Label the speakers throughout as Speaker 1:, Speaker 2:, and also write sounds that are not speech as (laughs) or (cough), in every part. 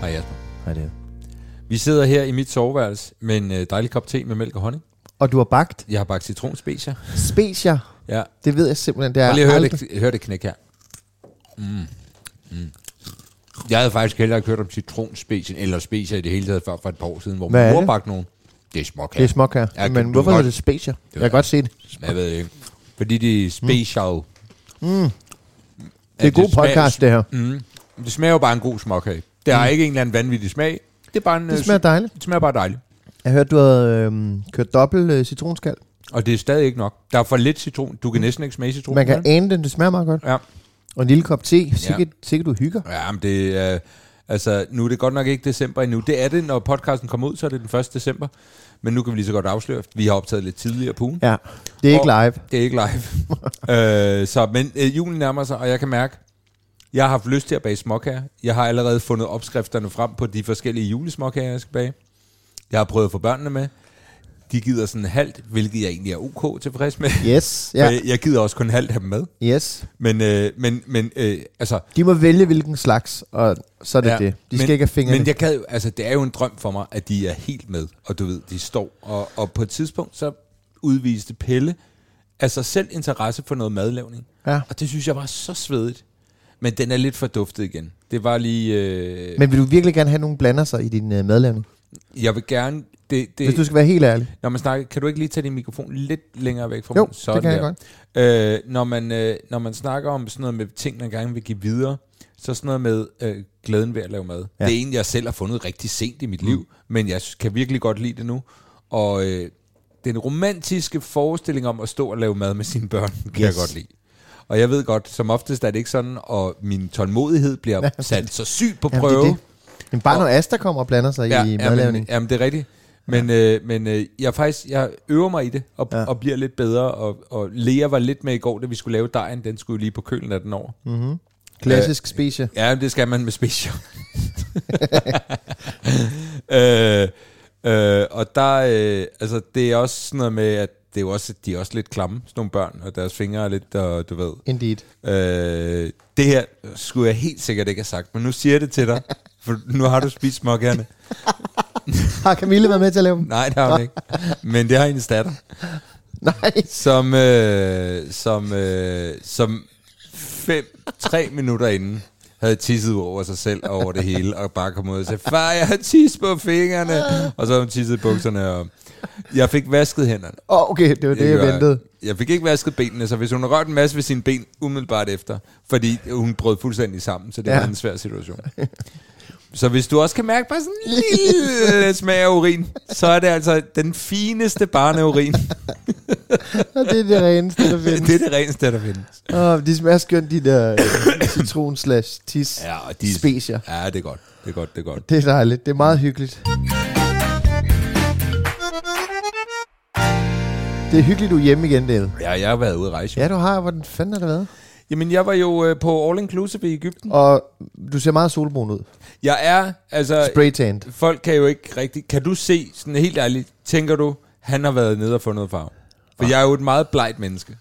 Speaker 1: Hej Jasper.
Speaker 2: Hej, det.
Speaker 1: Vi sidder her i mit soveværelse med en øh, dejlig kop te med mælk og honning.
Speaker 2: Og du har bagt
Speaker 1: Jeg har bagt citronspecier.
Speaker 2: specia.
Speaker 1: Ja.
Speaker 2: Det ved jeg simpelthen, det er
Speaker 1: Prøv lige at høre
Speaker 2: aldrig-
Speaker 1: det, hør det knæk her. Mm. Mm. Jeg havde faktisk heller ikke hørt om citronspecier, eller specier i det hele taget før for et par år siden, hvor
Speaker 2: Hvad er
Speaker 1: min mor
Speaker 2: det?
Speaker 1: bagte nogen. Det er småkager.
Speaker 2: Det er småk her.
Speaker 1: Ja,
Speaker 2: men
Speaker 1: du
Speaker 2: hvorfor
Speaker 1: kan
Speaker 2: hedder
Speaker 1: godt-
Speaker 2: det specia? Jeg
Speaker 1: jeg
Speaker 2: kan godt se det.
Speaker 1: Jeg ved ikke. Fordi de er special. Mm.
Speaker 2: Det er god podcast, det her.
Speaker 1: Mm. Det smager jo bare en god småkage. Det har ikke en eller anden vanvittig smag. Det, er bare en,
Speaker 2: Det
Speaker 1: øh,
Speaker 2: smager
Speaker 1: sy-
Speaker 2: dejligt.
Speaker 1: det smager bare dejligt.
Speaker 2: Jeg hørte, du havde øhm, kørt dobbelt øh, citronskal.
Speaker 1: Og det er stadig ikke nok. Der er for lidt citron. Du kan næsten ikke smage citron.
Speaker 2: Mm. Man kan
Speaker 1: vel?
Speaker 2: ane den, det smager meget godt.
Speaker 1: Ja.
Speaker 2: Og en lille kop te, sikkert, sikkert du hygger.
Speaker 1: Ja, men det er... Altså, nu er det godt nok ikke december endnu. Det er det, når podcasten kommer ud, så er det den 1. december. Men nu kan vi lige så godt afsløre, at vi har optaget lidt tidligere på ugen.
Speaker 2: Ja, det er ikke
Speaker 1: Og-
Speaker 2: live.
Speaker 1: Det er ikke live.
Speaker 2: (laughs)
Speaker 1: øh, så, men øh, julen nærmer sig, og jeg kan mærke, jeg har haft lyst til at bage småkager. Jeg har allerede fundet opskrifterne frem på de forskellige julesmåkager, jeg skal bage. Jeg har prøvet at få børnene med. De gider sådan halvt, hvilket jeg egentlig er ok tilfreds med.
Speaker 2: Yes,
Speaker 1: (laughs)
Speaker 2: ja.
Speaker 1: Ja. Jeg gider også kun halvt have dem med.
Speaker 2: Yes.
Speaker 1: Men, øh, men, men øh, altså,
Speaker 2: De må vælge, hvilken slags, og så er det ja, det. De skal
Speaker 1: men,
Speaker 2: ikke have fingrene.
Speaker 1: Men jeg gad, jo- altså, det er jo en drøm for mig, at de er helt med, og du ved, de står. Og, og på et tidspunkt, så udviste Pelle altså selv interesse for noget madlavning.
Speaker 2: Ja.
Speaker 1: Og det synes jeg var så svedigt. Men den er lidt forduftet igen. Det var lige... Øh,
Speaker 2: Men vil du virkelig gerne have, at nogen blander sig i din øh, madlavning?
Speaker 1: jeg vil gerne... Det, det,
Speaker 2: Hvis du skal være helt ærlig.
Speaker 1: Når man snakker, kan du ikke lige tage din mikrofon lidt længere væk fra
Speaker 2: Jo,
Speaker 1: munden?
Speaker 2: det kan jeg
Speaker 1: godt. Øh, når, man, øh, når man snakker om sådan noget med ting, man gerne vil give videre, så sådan noget med øh, glæden ved at lave mad. Ja.
Speaker 2: Ja. Mm.
Speaker 1: Det er en, jeg selv har fundet rigtig sent i mit liv, men jeg kan virkelig godt lide det nu. Og øh, den romantiske forestilling om at stå og lave mad med sine børn, (laughs) kan yes. jeg
Speaker 2: Yes.
Speaker 1: godt lide. Og jeg ved godt, som oftest er det ikke sådan, og min tålmodighed bliver sat så sygt på
Speaker 2: Jamen,
Speaker 1: prøve.
Speaker 2: det er det. Men bare når Asta kommer og blander sig i madlavning.
Speaker 1: Jamen, jamen, det er rigtigt. Men, ja. øh, men øh, jeg, er faktisk, jeg øver mig i det, og, ja.
Speaker 2: Ja.
Speaker 1: og bliver lidt bedre. Og, og Lea var lidt med i går, da vi skulle lave dejen. Den skulle jo lige på kølen af den over. Mm.
Speaker 2: Klassisk
Speaker 1: Øh,
Speaker 2: specia.
Speaker 1: Ja, det skal man med (laughs) special. øh, øh, og der, øh, altså, det er også sådan noget med, at det er jo også, de er også lidt klamme, sådan nogle børn, og deres fingre er lidt, og du ved.
Speaker 2: Indeed.
Speaker 1: Øh, det her skulle jeg helt sikkert ikke have sagt, men nu siger jeg det til (laughs) dig, for nu har du spist småkærne.
Speaker 2: Har Camille været med til at lave dem?
Speaker 1: Nej, det har hun ikke. Men det har hendes datter,
Speaker 2: Nej.
Speaker 1: som, øh, som, øh, som fem, tre minutter inden havde tisset ud over sig selv og over det hele, og bare kom ud og sagde, far, jeg har tis på fingrene. Og så havde hun tisset i bukserne, og jeg fik vasket hænderne.
Speaker 2: Åh, oh, okay, det var det, jeg
Speaker 1: gjorde-
Speaker 2: ventede.
Speaker 1: Jeg fik ikke vasket benene, så hvis hun har rørt en masse ved sine ben umiddelbart efter, fordi hun brød fuldstændig sammen, så det ja.
Speaker 2: Ja.
Speaker 1: var en svær situation. (laughs) Så hvis du også kan mærke bare sådan
Speaker 2: (laughs)
Speaker 1: en lille smag af urin, så er det altså den fineste
Speaker 2: (laughs)
Speaker 1: barneurin.
Speaker 2: Og det er det reneste, (laughs) der findes.
Speaker 1: det er det reneste, der findes.
Speaker 2: Åh, de smager skønt, de der øh, (coughs) citron slash tis ja,
Speaker 1: og
Speaker 2: de... specia.
Speaker 1: Ja, det er godt. Det er godt, det er godt.
Speaker 2: Det er dejligt. Det er meget hyggeligt. Det er hyggeligt, du er hjemme igen, David.
Speaker 1: Ja, jeg har været ude at rejse.
Speaker 2: Ja, du har. Hvordan fanden har det været?
Speaker 1: Jamen, jeg var jo øh, på All Inclusive i Ægypten.
Speaker 2: Og du ser meget solbrun ud.
Speaker 1: Jeg er, altså...
Speaker 2: Spraytanned.
Speaker 1: Folk kan jo ikke rigtig... Kan du se, sådan helt ærligt, tænker du, han har været nede og fundet noget farve? For
Speaker 2: Ah.
Speaker 1: jeg er jo et meget blegt menneske.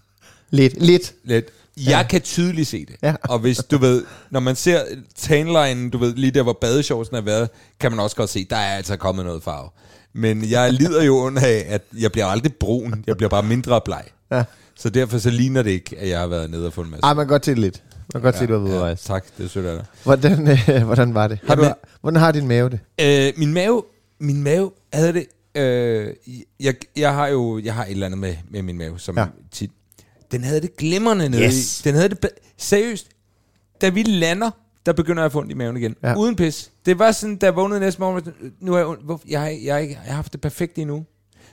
Speaker 2: Lidt, lidt.
Speaker 1: Lidt. Jeg ja. kan tydeligt se det.
Speaker 2: Ja.
Speaker 1: Og hvis du ved, når man ser tanlinen, du ved, lige der hvor badeshortsen har været, kan man også godt se, der er altså kommet noget farve. Men jeg lider jo under af, at jeg bliver aldrig brun. Jeg bliver bare mindre bleg.
Speaker 2: Ja. Ah,
Speaker 1: Så derfor så ligner det ikke, at jeg har været nede og fundet en masse.
Speaker 2: Ej, man kan godt se det lidt. Man kan godt ja, se, du har været ude at rejse.
Speaker 1: tak, det er sødt af dig.
Speaker 2: Hvordan, øh, (laughs) hvordan var det? Har
Speaker 1: du-
Speaker 2: du, hvordan har din mave det?
Speaker 1: Øh, min mave, min mave havde det... Øh, jeg, jeg har jo jeg har et eller andet med, med min mave, som ja.
Speaker 2: Ja.
Speaker 1: tit... Den havde det glimrende nede
Speaker 2: Yes.
Speaker 1: i. Den havde det... be- Seriøst, da vi lander, der begynder jeg at få ondt i maven igen. Ja.
Speaker 2: Ja.
Speaker 1: Uden pis. Det var sådan, da jeg vågnede næste morgen, var jeg sådan, nu er jeg ondt. Hvorfor? Jeg, har, jeg, har ikke, jeg har haft det perfekt endnu.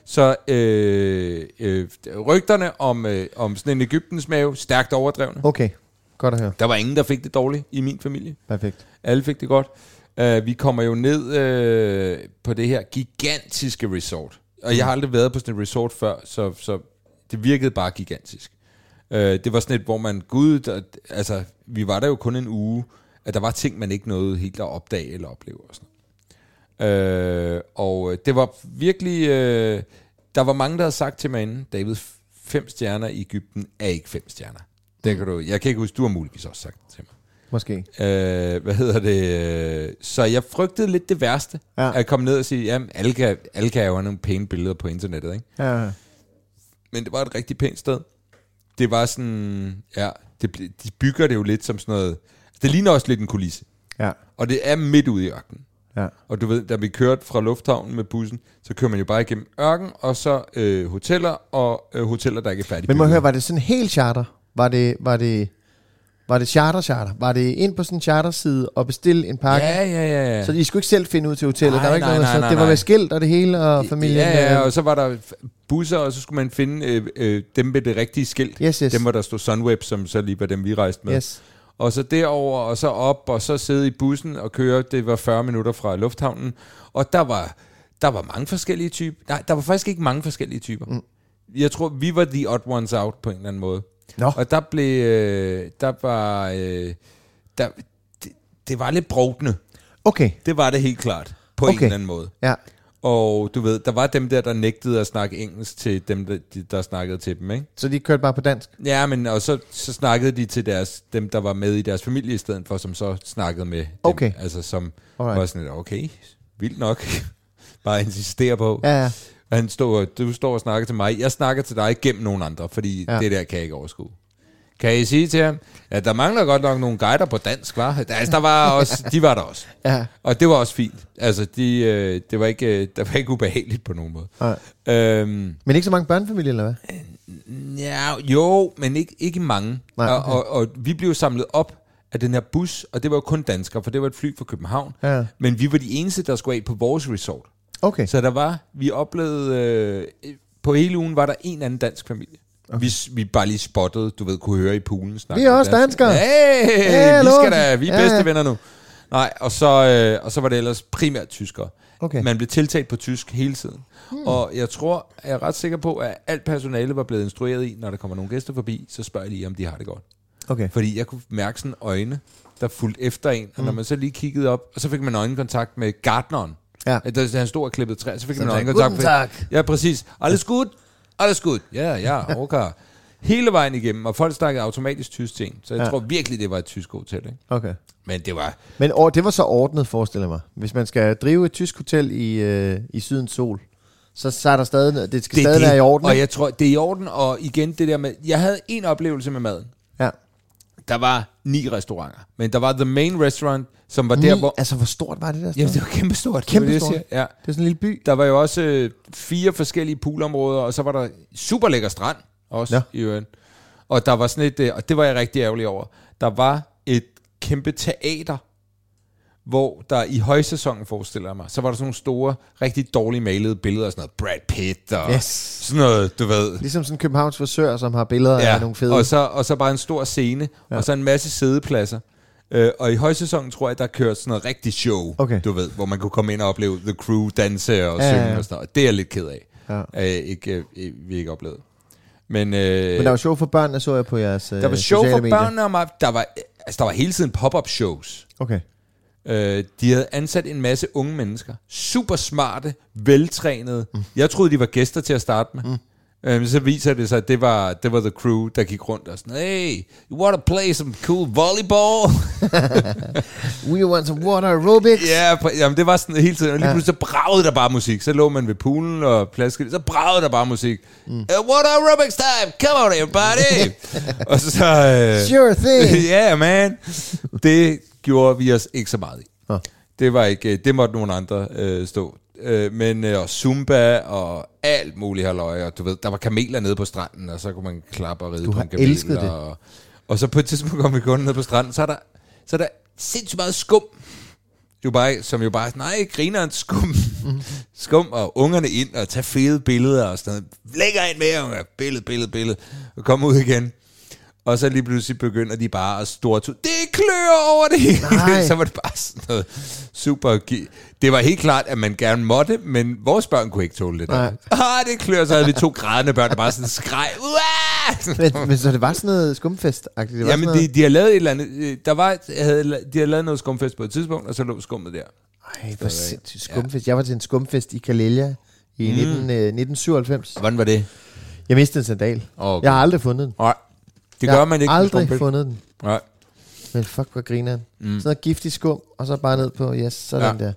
Speaker 1: Så øh, øh, rygterne om, øh, om sådan en Ægyptens mave, stærkt overdrevne.
Speaker 2: Okay, godt at høre.
Speaker 1: Der var ingen, der fik det dårligt i min familie.
Speaker 2: Perfekt.
Speaker 1: Alle fik det godt. Uh, vi kommer jo ned uh, på det her gigantiske resort. Og jeg har aldrig været på sådan et resort før, så, så det virkede bare gigantisk. Uh, det var sådan et, hvor man, gud, der, altså, vi var der jo kun en uge, at der var ting, man ikke nåede helt at opdage eller opleve. Og, sådan. noget. Uh, og øh, det var virkelig, uh, der var mange, der havde sagt til mig inden, David, fem stjerner i Ægypten er ikke fem stjerner. Det kan du, jeg kan ikke huske, du har muligvis også sagt det til mig
Speaker 2: Måske.
Speaker 1: øh, hvad hedder det, øh, så jeg frygtede lidt det værste, ja.
Speaker 2: Ja.
Speaker 1: at komme ned og sige, jamen alle kan, alle kan jo have nogle pæne billeder på internettet, ikke?
Speaker 2: Ja, ja.
Speaker 1: men det var et rigtig pænt sted. Det var sådan, ja, det, blev- de bygger det jo lidt som sådan noget, det ligner også lidt en kulisse,
Speaker 2: ja.
Speaker 1: og det er midt ude i ørkenen.
Speaker 2: ja.
Speaker 1: Og du ved, da vi kørte fra lufthavnen med bussen, så kører man jo bare igennem ørken, og så øh, hoteller, og øh, hoteller, der ikke er færdige.
Speaker 2: Men må jeg høre, var det sådan helt charter? Var det, var det, var det charter, charter? Var det ind på sådan en charterside og bestille en pakke?
Speaker 1: Ja, ja, ja. ja.
Speaker 2: Så I skulle ikke selv finde ud til hotellet?
Speaker 1: Nej,
Speaker 2: der var ikke
Speaker 1: nej,
Speaker 2: noget,
Speaker 1: nej,
Speaker 2: så
Speaker 1: nej,
Speaker 2: det var
Speaker 1: nej.
Speaker 2: med skilt og det hele og familien?
Speaker 1: Ja, ja,
Speaker 2: øh,
Speaker 1: og så var der f- busser, og så skulle man finde øh, øh, dem med det rigtige skilt.
Speaker 2: Yes, yes.
Speaker 1: Dem, hvor der stod Sunweb, som så lige var dem, vi rejste med.
Speaker 2: Yes.
Speaker 1: Og så derover og så op, og så sidde i bussen og køre. Det var 40 minutter fra lufthavnen. Og der var, der var mange forskellige typer. Nej, der var faktisk ikke mange forskellige typer. Mm. Jeg tror, vi var the odd ones out på en eller anden måde.
Speaker 2: Nå.
Speaker 1: Og der blev... Øh, der var... Øh, der, det, det var lidt brugtende.
Speaker 2: Okay,
Speaker 1: Det var det helt klart. På en
Speaker 2: Okay.
Speaker 1: eller anden måde.
Speaker 2: ja.
Speaker 1: Og du ved, der var dem der, der nægtede at snakke engelsk til dem, der, de- der snakkede til dem, ikke?
Speaker 2: Så de kørte bare på dansk?
Speaker 1: Ja, men og så, så snakkede de til deres, dem, der var med i deres familie i stedet for, som så snakkede med dem.
Speaker 2: Okay.
Speaker 1: Altså som Alright.
Speaker 2: Alright.
Speaker 1: var sådan lidt, okay, vildt nok. (laughs) Bare insistere på.
Speaker 2: Ja, ja.
Speaker 1: Og Han står, og- du står og snakker til mig, jeg snakker til dig gennem nogen andre, fordi ja.
Speaker 2: Ja.
Speaker 1: det der kan jeg ikke overskue. Kan I sige til ham, ja, der mangler godt nok nogle guider på dansk, var? Altså, der var også, de var der også.
Speaker 2: Ja.
Speaker 1: Og det var også fint. Altså, de, øh, det var ikke, øh, der var ikke ubehageligt på nogen måde.
Speaker 2: Nej.
Speaker 1: Øhm,
Speaker 2: Men ikke så mange børnefamilier, eller hvad?
Speaker 1: ja, jo, men ikke, ikke mange.
Speaker 2: Nej,
Speaker 1: og,
Speaker 2: okay.
Speaker 1: og, og vi blev samlet op af den her bus, og det var jo kun danskere, for det var et fly fra København.
Speaker 2: Ja.
Speaker 1: Men vi var de eneste, der skulle af på vores resort.
Speaker 2: Okay,
Speaker 1: Så der var, vi oplevede, øh, på hele ugen var der en anden dansk familie. Okay. Vi, s- vi bare lige spottede, du ved, kunne høre i poolen snakke.
Speaker 2: Vi er
Speaker 1: om
Speaker 2: også
Speaker 1: dansk.
Speaker 2: danskere.
Speaker 1: Hey, vi
Speaker 2: Hallo.
Speaker 1: skal da, vi er
Speaker 2: Ja,
Speaker 1: bedste
Speaker 2: ja.
Speaker 1: venner nu. Nej, og så, øh, og så var det ellers primært tyskere.
Speaker 2: Okay.
Speaker 1: Man blev tiltalt på tysk hele tiden. Hmm. Og jeg tror, jeg er ret sikker på, at alt personale var blevet instrueret i, når der kommer nogle gæster forbi, så spørger jeg lige, om de har det godt.
Speaker 2: okay.
Speaker 1: Fordi jeg kunne mærke sådan øjne, der fulgte efter en. Og når
Speaker 2: Mm.
Speaker 1: man så lige kiggede op, og så fik man øjenkontakt med gartneren.
Speaker 2: Ja.
Speaker 1: At der, han stod og klippede træ, så fik man
Speaker 2: sagde,
Speaker 1: øjenkontakt
Speaker 2: "Guten Tag."
Speaker 1: Ja, præcis. Alles gut? Alles gut. Ja, ja, okay. Hele vejen igennem, og folk snakkede automatisk tysk ting. Så jeg ja. tror virkelig, det var et tysk hotel. Ikke?
Speaker 2: Okay.
Speaker 1: Men det var...
Speaker 2: Men og, det var så ordnet, forestiller jeg mig. Hvis man skal drive et tysk hotel i, øh, i sydens sol, så, så er der stadig, det skal det, stadig det. være i orden.
Speaker 1: Og
Speaker 2: ikke?
Speaker 1: jeg tror, det er i orden. Og igen, det der med... Jeg havde en oplevelse med maden.
Speaker 2: ja.
Speaker 1: Der var ni restauranter. Men der var The Main Restaurant, som var der,
Speaker 2: Ni-
Speaker 1: hvor...
Speaker 2: Altså, hvor stort var det der?
Speaker 1: Jamen,
Speaker 2: det,
Speaker 1: Mm. det var kæmpestort. det var det, jeg
Speaker 2: Kæmpestort.
Speaker 1: siger. Ja.
Speaker 2: det er sådan en lille by.
Speaker 1: Der var jo også øh, fire forskellige poolområder, og så var der super lækker strand også ja.
Speaker 2: Ja.
Speaker 1: i øen. Og der var sådan et, øh, og det var jeg rigtig ærgerlig over, der var et kæmpe teater, hvor der i højsæsonen, forestiller jeg mig, så var der sådan nogle store, rigtig dårligt malede billeder, af sådan noget Brad Pitt og yes.
Speaker 2: Yes.
Speaker 1: sådan noget, du ved.
Speaker 2: Ligesom sådan en Københavns frisør, som har billeder ja. af nogle fede.
Speaker 1: Og så, og så bare en stor scene, ja. og så en masse sædepladser. Øh, og i højsæsonen tror jeg, der kørte sådan noget rigtig show,
Speaker 2: Okay.
Speaker 1: du ved, hvor man kunne komme ind og opleve The Crew danse og
Speaker 2: Ja,
Speaker 1: synge
Speaker 2: ja, ja.
Speaker 1: og sådan noget. Det er jeg lidt ked af,
Speaker 2: Ja.
Speaker 1: at jeg ikke, øh, vi ikke oplevede. Men, øh,
Speaker 2: Men der var show for børnene, så jeg på jeres øh,
Speaker 1: der var show for børnene, og mig- der var, altså, der var hele tiden pop-up shows.
Speaker 2: Okay.
Speaker 1: Øh, de havde ansat en masse unge mennesker. Super smarte, veltrænede. Mm. Jeg troede, de var gæster til at starte med. Mm. Øh, men så viser det sig, at det var, det var the crew, der gik rundt og sådan, hey, you wanna play some cool volleyball?
Speaker 2: We want some water aerobics.
Speaker 1: ja, pr- jamen, det var sådan hele tiden. Og lige pludselig så bragede der bare musik. Så lå man ved poolen og plaskede. Så bragede der bare musik. Mm. Uh, what aerobics time? Come on
Speaker 2: (laughs)
Speaker 1: everybody! og så... Øh,
Speaker 2: Sure
Speaker 1: (laughs)
Speaker 2: thing.
Speaker 1: yeah, man. Det gjorde vi os ikke så meget i.
Speaker 2: Nå.
Speaker 1: Det var ikke, øh, det måtte nogen andre øh, stå. Øh, men øh, og Zumba og alt muligt halløj, og du ved, der var kameler nede på stranden, og så kunne man klappe og ride
Speaker 2: Du
Speaker 1: på
Speaker 2: har
Speaker 1: en kamel.
Speaker 2: elsket det.
Speaker 1: Og, og så på et tidspunkt kom vi kun ned på stranden, så er der, så er der sindssygt meget skum. Jo bare, som jo bare, er sådan, nej, grineren skum.
Speaker 2: (laughs)
Speaker 1: Mm. skum, og ungerne ind og tage fede billeder og sådan noget. Lægger ind med, unger. Billede, billede, billede. Og kom ud igen. Og så lige pludselig begynder de bare at stort Det er klør over det hele.
Speaker 2: Nej.
Speaker 1: (laughs) så var det bare sådan noget super... gi- Det var helt klart, at man gerne måtte, men vores børn kunne ikke tåle det der.
Speaker 2: Nej.
Speaker 1: Ah, det klør, så havde vi to grædende børn, der bare sådan
Speaker 2: (laughs)
Speaker 1: skreg. Uah!
Speaker 2: Men, men så det var sådan noget skumfest-agtigt? Det var
Speaker 1: Jamen,
Speaker 2: sådan
Speaker 1: de, de har lavet et eller andet... øh, Der var, et- havde, de har lavet noget skumfest på et tidspunkt, og så lå skummet der.
Speaker 2: noget... Ej, hvor sindssygt skumfest. Jeg var til en skumfest i Kalelia i
Speaker 1: Mm.
Speaker 2: 19, øh, 1997.
Speaker 1: Hvordan var det?
Speaker 2: Jeg mistede en sandal.
Speaker 1: Okay.
Speaker 2: Jeg har aldrig fundet den.
Speaker 1: Nej, det
Speaker 2: jeg
Speaker 1: gør man ikke.
Speaker 2: har
Speaker 1: med
Speaker 2: aldrig
Speaker 1: skumfest.
Speaker 2: fundet den.
Speaker 1: Nej.
Speaker 2: Men fuck, hvor griner mm. Sådan noget giftig skum, og så bare ned på, yes, sådan
Speaker 1: Ja.
Speaker 2: ja. der.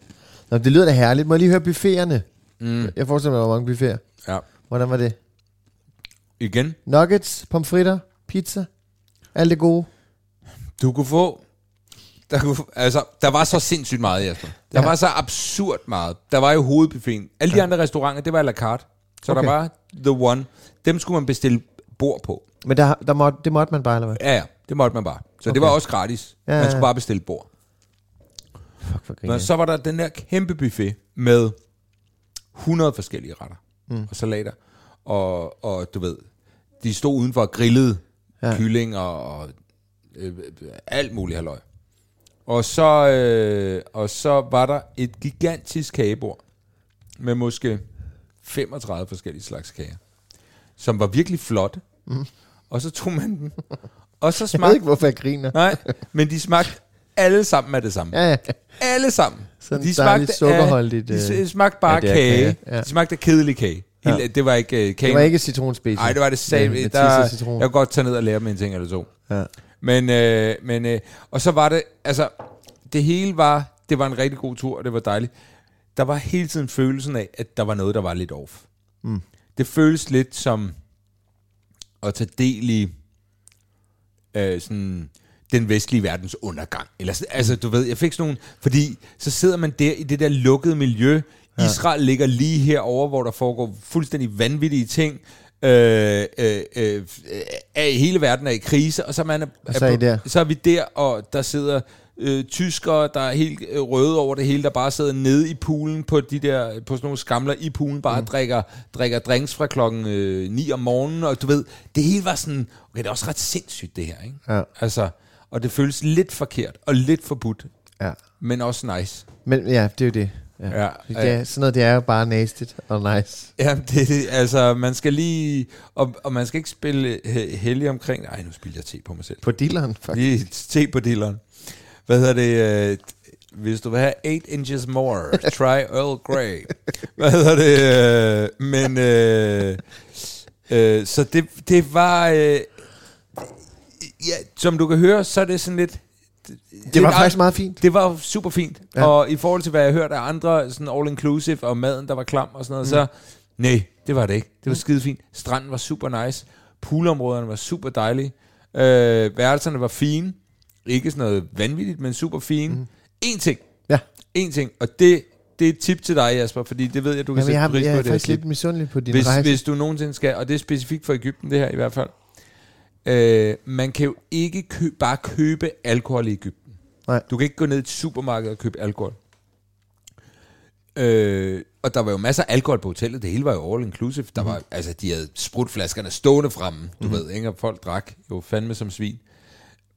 Speaker 2: Nå, det lyder da herligt. Må jeg lige høre buffeterne? Mm. Jeg forestiller mig, der var mange buffeter.
Speaker 1: Ja.
Speaker 2: Hvordan var det?
Speaker 1: Igen.
Speaker 2: Nuggets, pomfritter, pizza, alt det gode.
Speaker 1: Du kunne få... Der, kunne, altså, der var så sindssygt meget, Jesper. Der ja.
Speaker 2: Ja.
Speaker 1: var så absurd meget. Der var jo hovedbuffeten. Alle de andre restauranter, det var à la carte. Så okay. der
Speaker 2: Okay.
Speaker 1: var the one. Dem skulle man bestille bord på.
Speaker 2: Men der, der må, det måtte man bare, eller hvad?
Speaker 1: Ja, ja. Det måtte man bare. Så okay. det var også gratis.
Speaker 2: Ja,
Speaker 1: Ja,
Speaker 2: ja,
Speaker 1: man skulle
Speaker 2: ja.
Speaker 1: bare bestille bord.
Speaker 2: Fuck,
Speaker 1: Nå,
Speaker 2: hvor griner
Speaker 1: så var der den der kæmpe buffet med 100 forskellige retter mm. og salater. Og, og du ved, de stod udenfor og grillede ja.
Speaker 2: Ja.
Speaker 1: kylling og, og øh, øh, alt muligt halløj. Og så, øh, og så var der et gigantisk kagebord med måske 35 forskellige slags kager, som var virkelig flotte. Mm. Og så tog man
Speaker 2: (laughs)
Speaker 1: dem, og så
Speaker 2: Jeg ved
Speaker 1: smagte...
Speaker 2: ikke, hvorfor jeg griner.
Speaker 1: Nej, men de smagte alle sammen af det samme.
Speaker 2: Ja, ja.
Speaker 1: Alle sammen.
Speaker 2: Sådan dejligt sukkerholdigt,
Speaker 1: Af, de
Speaker 2: øh,
Speaker 1: smagte bare
Speaker 2: ja, det er
Speaker 1: kage.
Speaker 2: kage, ja.
Speaker 1: De smagte af kedelig kage. Helt, Det var ikke uh, kage.
Speaker 2: Det var ikke citronspecial.
Speaker 1: Nej, det var det sag.
Speaker 2: Med, med
Speaker 1: der,
Speaker 2: der...
Speaker 1: jeg
Speaker 2: citron.
Speaker 1: kunne godt tage ned og lære mig en ting eller to.
Speaker 2: Ja.
Speaker 1: Men, øh, men øh, og så var det, altså, det hele var, det var en rigtig god tur, og det var dejligt. Der var hele tiden følelsen af, at der var noget, der var lidt off. Mm. Det føles lidt som at tage del i øh, sådan den vestlige verdens undergang. Eller, sådan- altså, du ved, jeg fik sådan nogle... Fordi så sidder man der i det der lukkede miljø. Ja. Israel ligger lige herover, hvor der foregår fuldstændig vanvittige ting. Øh, øh, øh, øh, hele verden er i krise, og så, er man er,
Speaker 2: så er I der.
Speaker 1: så er vi der, og der sidder øh, tyskere, der er helt øh, røde over det hele, der bare sidder nede i poolen på, de der, på sådan nogle skamler i poolen, bare mm. drikker, drikker drinks fra klokken øh, 9 om morgenen, og du ved, det hele var sådan, okay, det er også ret sindssygt det her, ikke?
Speaker 2: Ja.
Speaker 1: Altså, og det føles lidt forkert, og lidt forbudt,
Speaker 2: ja.
Speaker 1: men også nice.
Speaker 2: Men ja, det er jo det. Ja.
Speaker 1: Ja,
Speaker 2: Ja, ja. Sådan noget, det er jo bare nasty og nice.
Speaker 1: Ja, det, det, altså, man skal lige, og, og man skal ikke spille øh, he- heldig omkring, ej, nu spiller jeg te på mig selv.
Speaker 2: På dealeren, faktisk.
Speaker 1: Lige te på dilleren. Hvad hedder det? Øh, hvis du vil have 8 inches more, try Earl Grey. Hvad hedder det? Øh, men, øh, øh, så det, det var, øh, ja, som du kan høre, så er det sådan lidt...
Speaker 2: Det var
Speaker 1: lidt
Speaker 2: faktisk meget fint.
Speaker 1: det var super fint. Ja.
Speaker 2: Ja.
Speaker 1: Og i forhold til, hvad jeg hørte af andre, sådan all inclusive, og maden, der var klam og sådan noget, mm. så nej, det var det ikke. Det var skide fint. Stranden var super nice. Poolområderne var super dejlige. Øh, værelserne var fine. Ikke sådan noget vanvittigt, men super fine. Mm. En ting.
Speaker 2: Ja.
Speaker 1: En ting. Og det, det er et tip til dig, Jasper, fordi det ved jeg, du kan
Speaker 2: Jamen,
Speaker 1: sætte
Speaker 2: jeg, har,
Speaker 1: pris på
Speaker 2: jeg er
Speaker 1: det her
Speaker 2: faktisk
Speaker 1: tip
Speaker 2: lidt misundelig på din
Speaker 1: hvis,
Speaker 2: rejse.
Speaker 1: hvis du nogensinde skal, og det er specifikt for Ægypten det her i hvert fald, øh, man kan jo ikke kø, bare købe alkohol i Ægypten.
Speaker 2: Nej.
Speaker 1: Du kan ikke gå ned i et supermarked og købe alkohol. Øh, og der var jo masser af alkohol på hotellet. Det hele var jo all inclusive. Der
Speaker 2: Mhm.
Speaker 1: var, altså, de havde sprutflaskerne stående fremme. Du mm-hmm. ved, ikke? Og folk drak jo fandme som svin.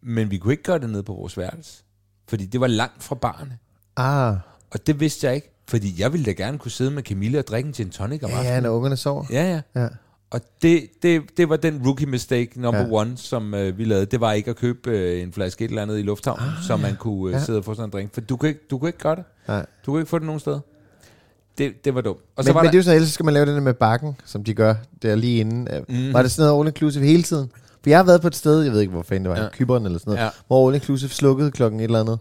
Speaker 1: Men vi kunne ikke gøre det ned på vores værelse. Fordi det var langt fra barne.
Speaker 2: Ah,
Speaker 1: Og det vidste jeg ikke. Fordi jeg ville da gerne kunne sidde med Camilla og drikke en gin tonic om
Speaker 2: ja,
Speaker 1: aftenen.
Speaker 2: ja, når ungerne sover.
Speaker 1: Ja, ja.
Speaker 2: Ja.
Speaker 1: Og det, det, det var den rookie mistake number
Speaker 2: Ja.
Speaker 1: ja. one, som øh, vi lavede. Det var ikke at købe øh, en flaske et eller andet i lufthavnen, ah, så man kunne øh,
Speaker 2: Ja.
Speaker 1: ja. sidde og få sådan en drink. For du kunne ikke, du kunne ikke gøre det.
Speaker 2: Nej.
Speaker 1: Du kunne ikke få det nogen sted. Det, det var dumt. Og
Speaker 2: Og
Speaker 1: så
Speaker 2: men,
Speaker 1: var
Speaker 2: men
Speaker 1: der,
Speaker 2: det er jo sådan, ellers skal man lave den der med bakken, som de gør der lige inden.
Speaker 1: Mhm.
Speaker 2: Mm. Var det sådan noget all inclusive hele tiden? For jeg har været på et sted, jeg ved ikke, hvor fanden det var, ja.
Speaker 1: Ja.
Speaker 2: Kyberen eller sådan noget, ja.
Speaker 1: Ja.
Speaker 2: hvor all inclusive slukkede klokken et eller andet.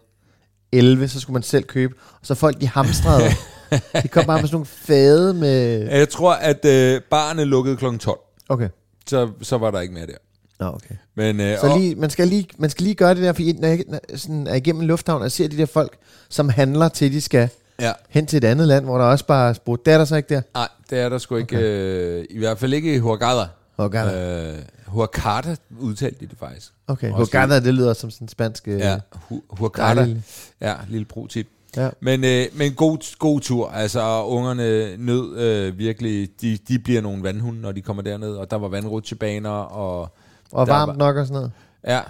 Speaker 2: 11, så skulle man selv købe. Og så folk, de hamstrede.
Speaker 1: (laughs)
Speaker 2: de kom bare med sådan nogle fade med...
Speaker 1: Jeg tror, at øh, barne lukkede kl. 12.
Speaker 2: Okay.
Speaker 1: Så, så var der ikke mere der.
Speaker 2: Nå, okay.
Speaker 1: Men, øh,
Speaker 2: Så
Speaker 1: og-
Speaker 2: lige, man, skal lige, man skal lige gøre det der, fordi når jeg når jeg sådan er igennem en lufthavn, og jeg ser de der folk, som handler til, de skal
Speaker 1: Ja.
Speaker 2: hen til et andet land, hvor der også bare er sprudt. Det er der så ikke der.
Speaker 1: Nej, det er der sgu ikke. Okay. Øh, I hvert fald ikke i Hurghada.
Speaker 2: Hurghada.
Speaker 1: Øh, Hurghada udtalte de det faktisk.
Speaker 2: Okay,
Speaker 1: Også
Speaker 2: Hurghada, det lyder som sådan en spansk... øh,
Speaker 1: Ja, Hu- Hurghada.
Speaker 2: Dejlig.
Speaker 1: Ja, lille brugtip.
Speaker 2: Ja.
Speaker 1: Men, øh, men god, god tur. Altså, ungerne nød øh, virkelig... De, de bliver nogle vandhunde, når de kommer derned. Og der var vandrutsjebaner, og...
Speaker 2: Og
Speaker 1: der
Speaker 2: varmt
Speaker 1: var-
Speaker 2: nok og sådan noget.
Speaker 1: Ja,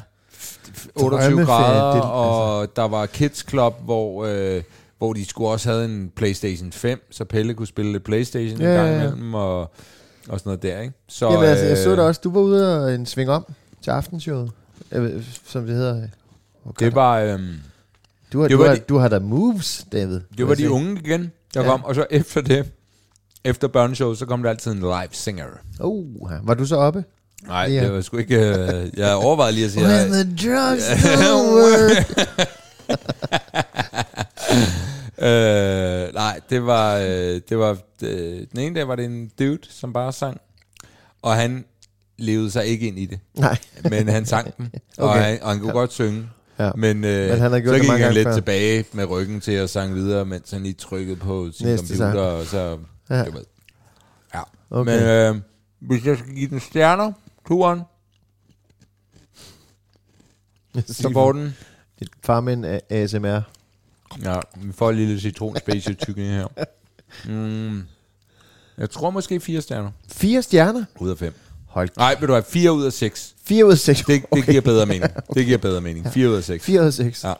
Speaker 1: 28
Speaker 2: Drømmeferie, altså.
Speaker 1: grader,
Speaker 2: det-
Speaker 1: og der var Kids Club, hvor, øh, hvor de skulle også havde en Playstation 5, så Pelle kunne spille lidt Playstation
Speaker 2: Ja,
Speaker 1: en gang
Speaker 2: ja, ja.
Speaker 1: imellem, og, og sådan noget der, ikke? Så,
Speaker 2: Og, Jamen altså, jeg
Speaker 1: øh,
Speaker 2: så da også, du var ude og en sving om til aftenshowet, øh, som det hedder. Okay.
Speaker 1: Det var, øh,
Speaker 2: du, har,
Speaker 1: det
Speaker 2: du,
Speaker 1: var
Speaker 2: har,
Speaker 1: de-
Speaker 2: du har da moves, David.
Speaker 1: det var de unge igen, der
Speaker 2: Ja.
Speaker 1: ja. kom, og så efter det, efter børneshowet, så kom der altid en live singer.
Speaker 2: Uh, var du så oppe?
Speaker 1: Nej,
Speaker 2: Ja.
Speaker 1: ja. det var sgu ikke... Øh, jeg overvejede lige at
Speaker 2: (laughs)
Speaker 1: sige...
Speaker 2: When the
Speaker 1: (laughs)
Speaker 2: drugs over.
Speaker 1: Øh, nej, det var, øh, det var øh, den ene dag var det en dude, som bare sang, og han levede sig ikke ind i det,
Speaker 2: Nej.
Speaker 1: men han sang den, okay. og,
Speaker 2: Okay.
Speaker 1: han, og han kunne godt synge,
Speaker 2: Ja.
Speaker 1: ja. men, øh,
Speaker 2: han
Speaker 1: men
Speaker 2: har
Speaker 1: han
Speaker 2: gjort
Speaker 1: så
Speaker 2: det
Speaker 1: gik
Speaker 2: mange
Speaker 1: han
Speaker 2: gange
Speaker 1: lidt
Speaker 2: før.
Speaker 1: før. tilbage med ryggen til at sang videre, mens han lige trykkede på sin
Speaker 2: Næste
Speaker 1: Næste computer,
Speaker 2: sang.
Speaker 1: og så,
Speaker 2: Ja.
Speaker 1: ja. du ved. Ja.
Speaker 2: Okay.
Speaker 1: Okay. Men øh, hvis jeg skal give den stjerner,
Speaker 2: (laughs)
Speaker 1: turen, så får den,
Speaker 2: Dit farmen af ASMR.
Speaker 1: Ja, vi får en lille citronspecial tykning her. Mm. Jeg tror måske fire stjerner.
Speaker 2: Fire stjerner?
Speaker 1: Ud af fem.
Speaker 2: Hold
Speaker 1: Nej, ved du hvad, fire ud af seks.
Speaker 2: Fire ud af seks.
Speaker 1: Det, det giver bedre
Speaker 2: (laughs)
Speaker 1: mening. Det giver bedre mening. Fire ud af seks.
Speaker 2: Fire ud af seks.
Speaker 1: Ja.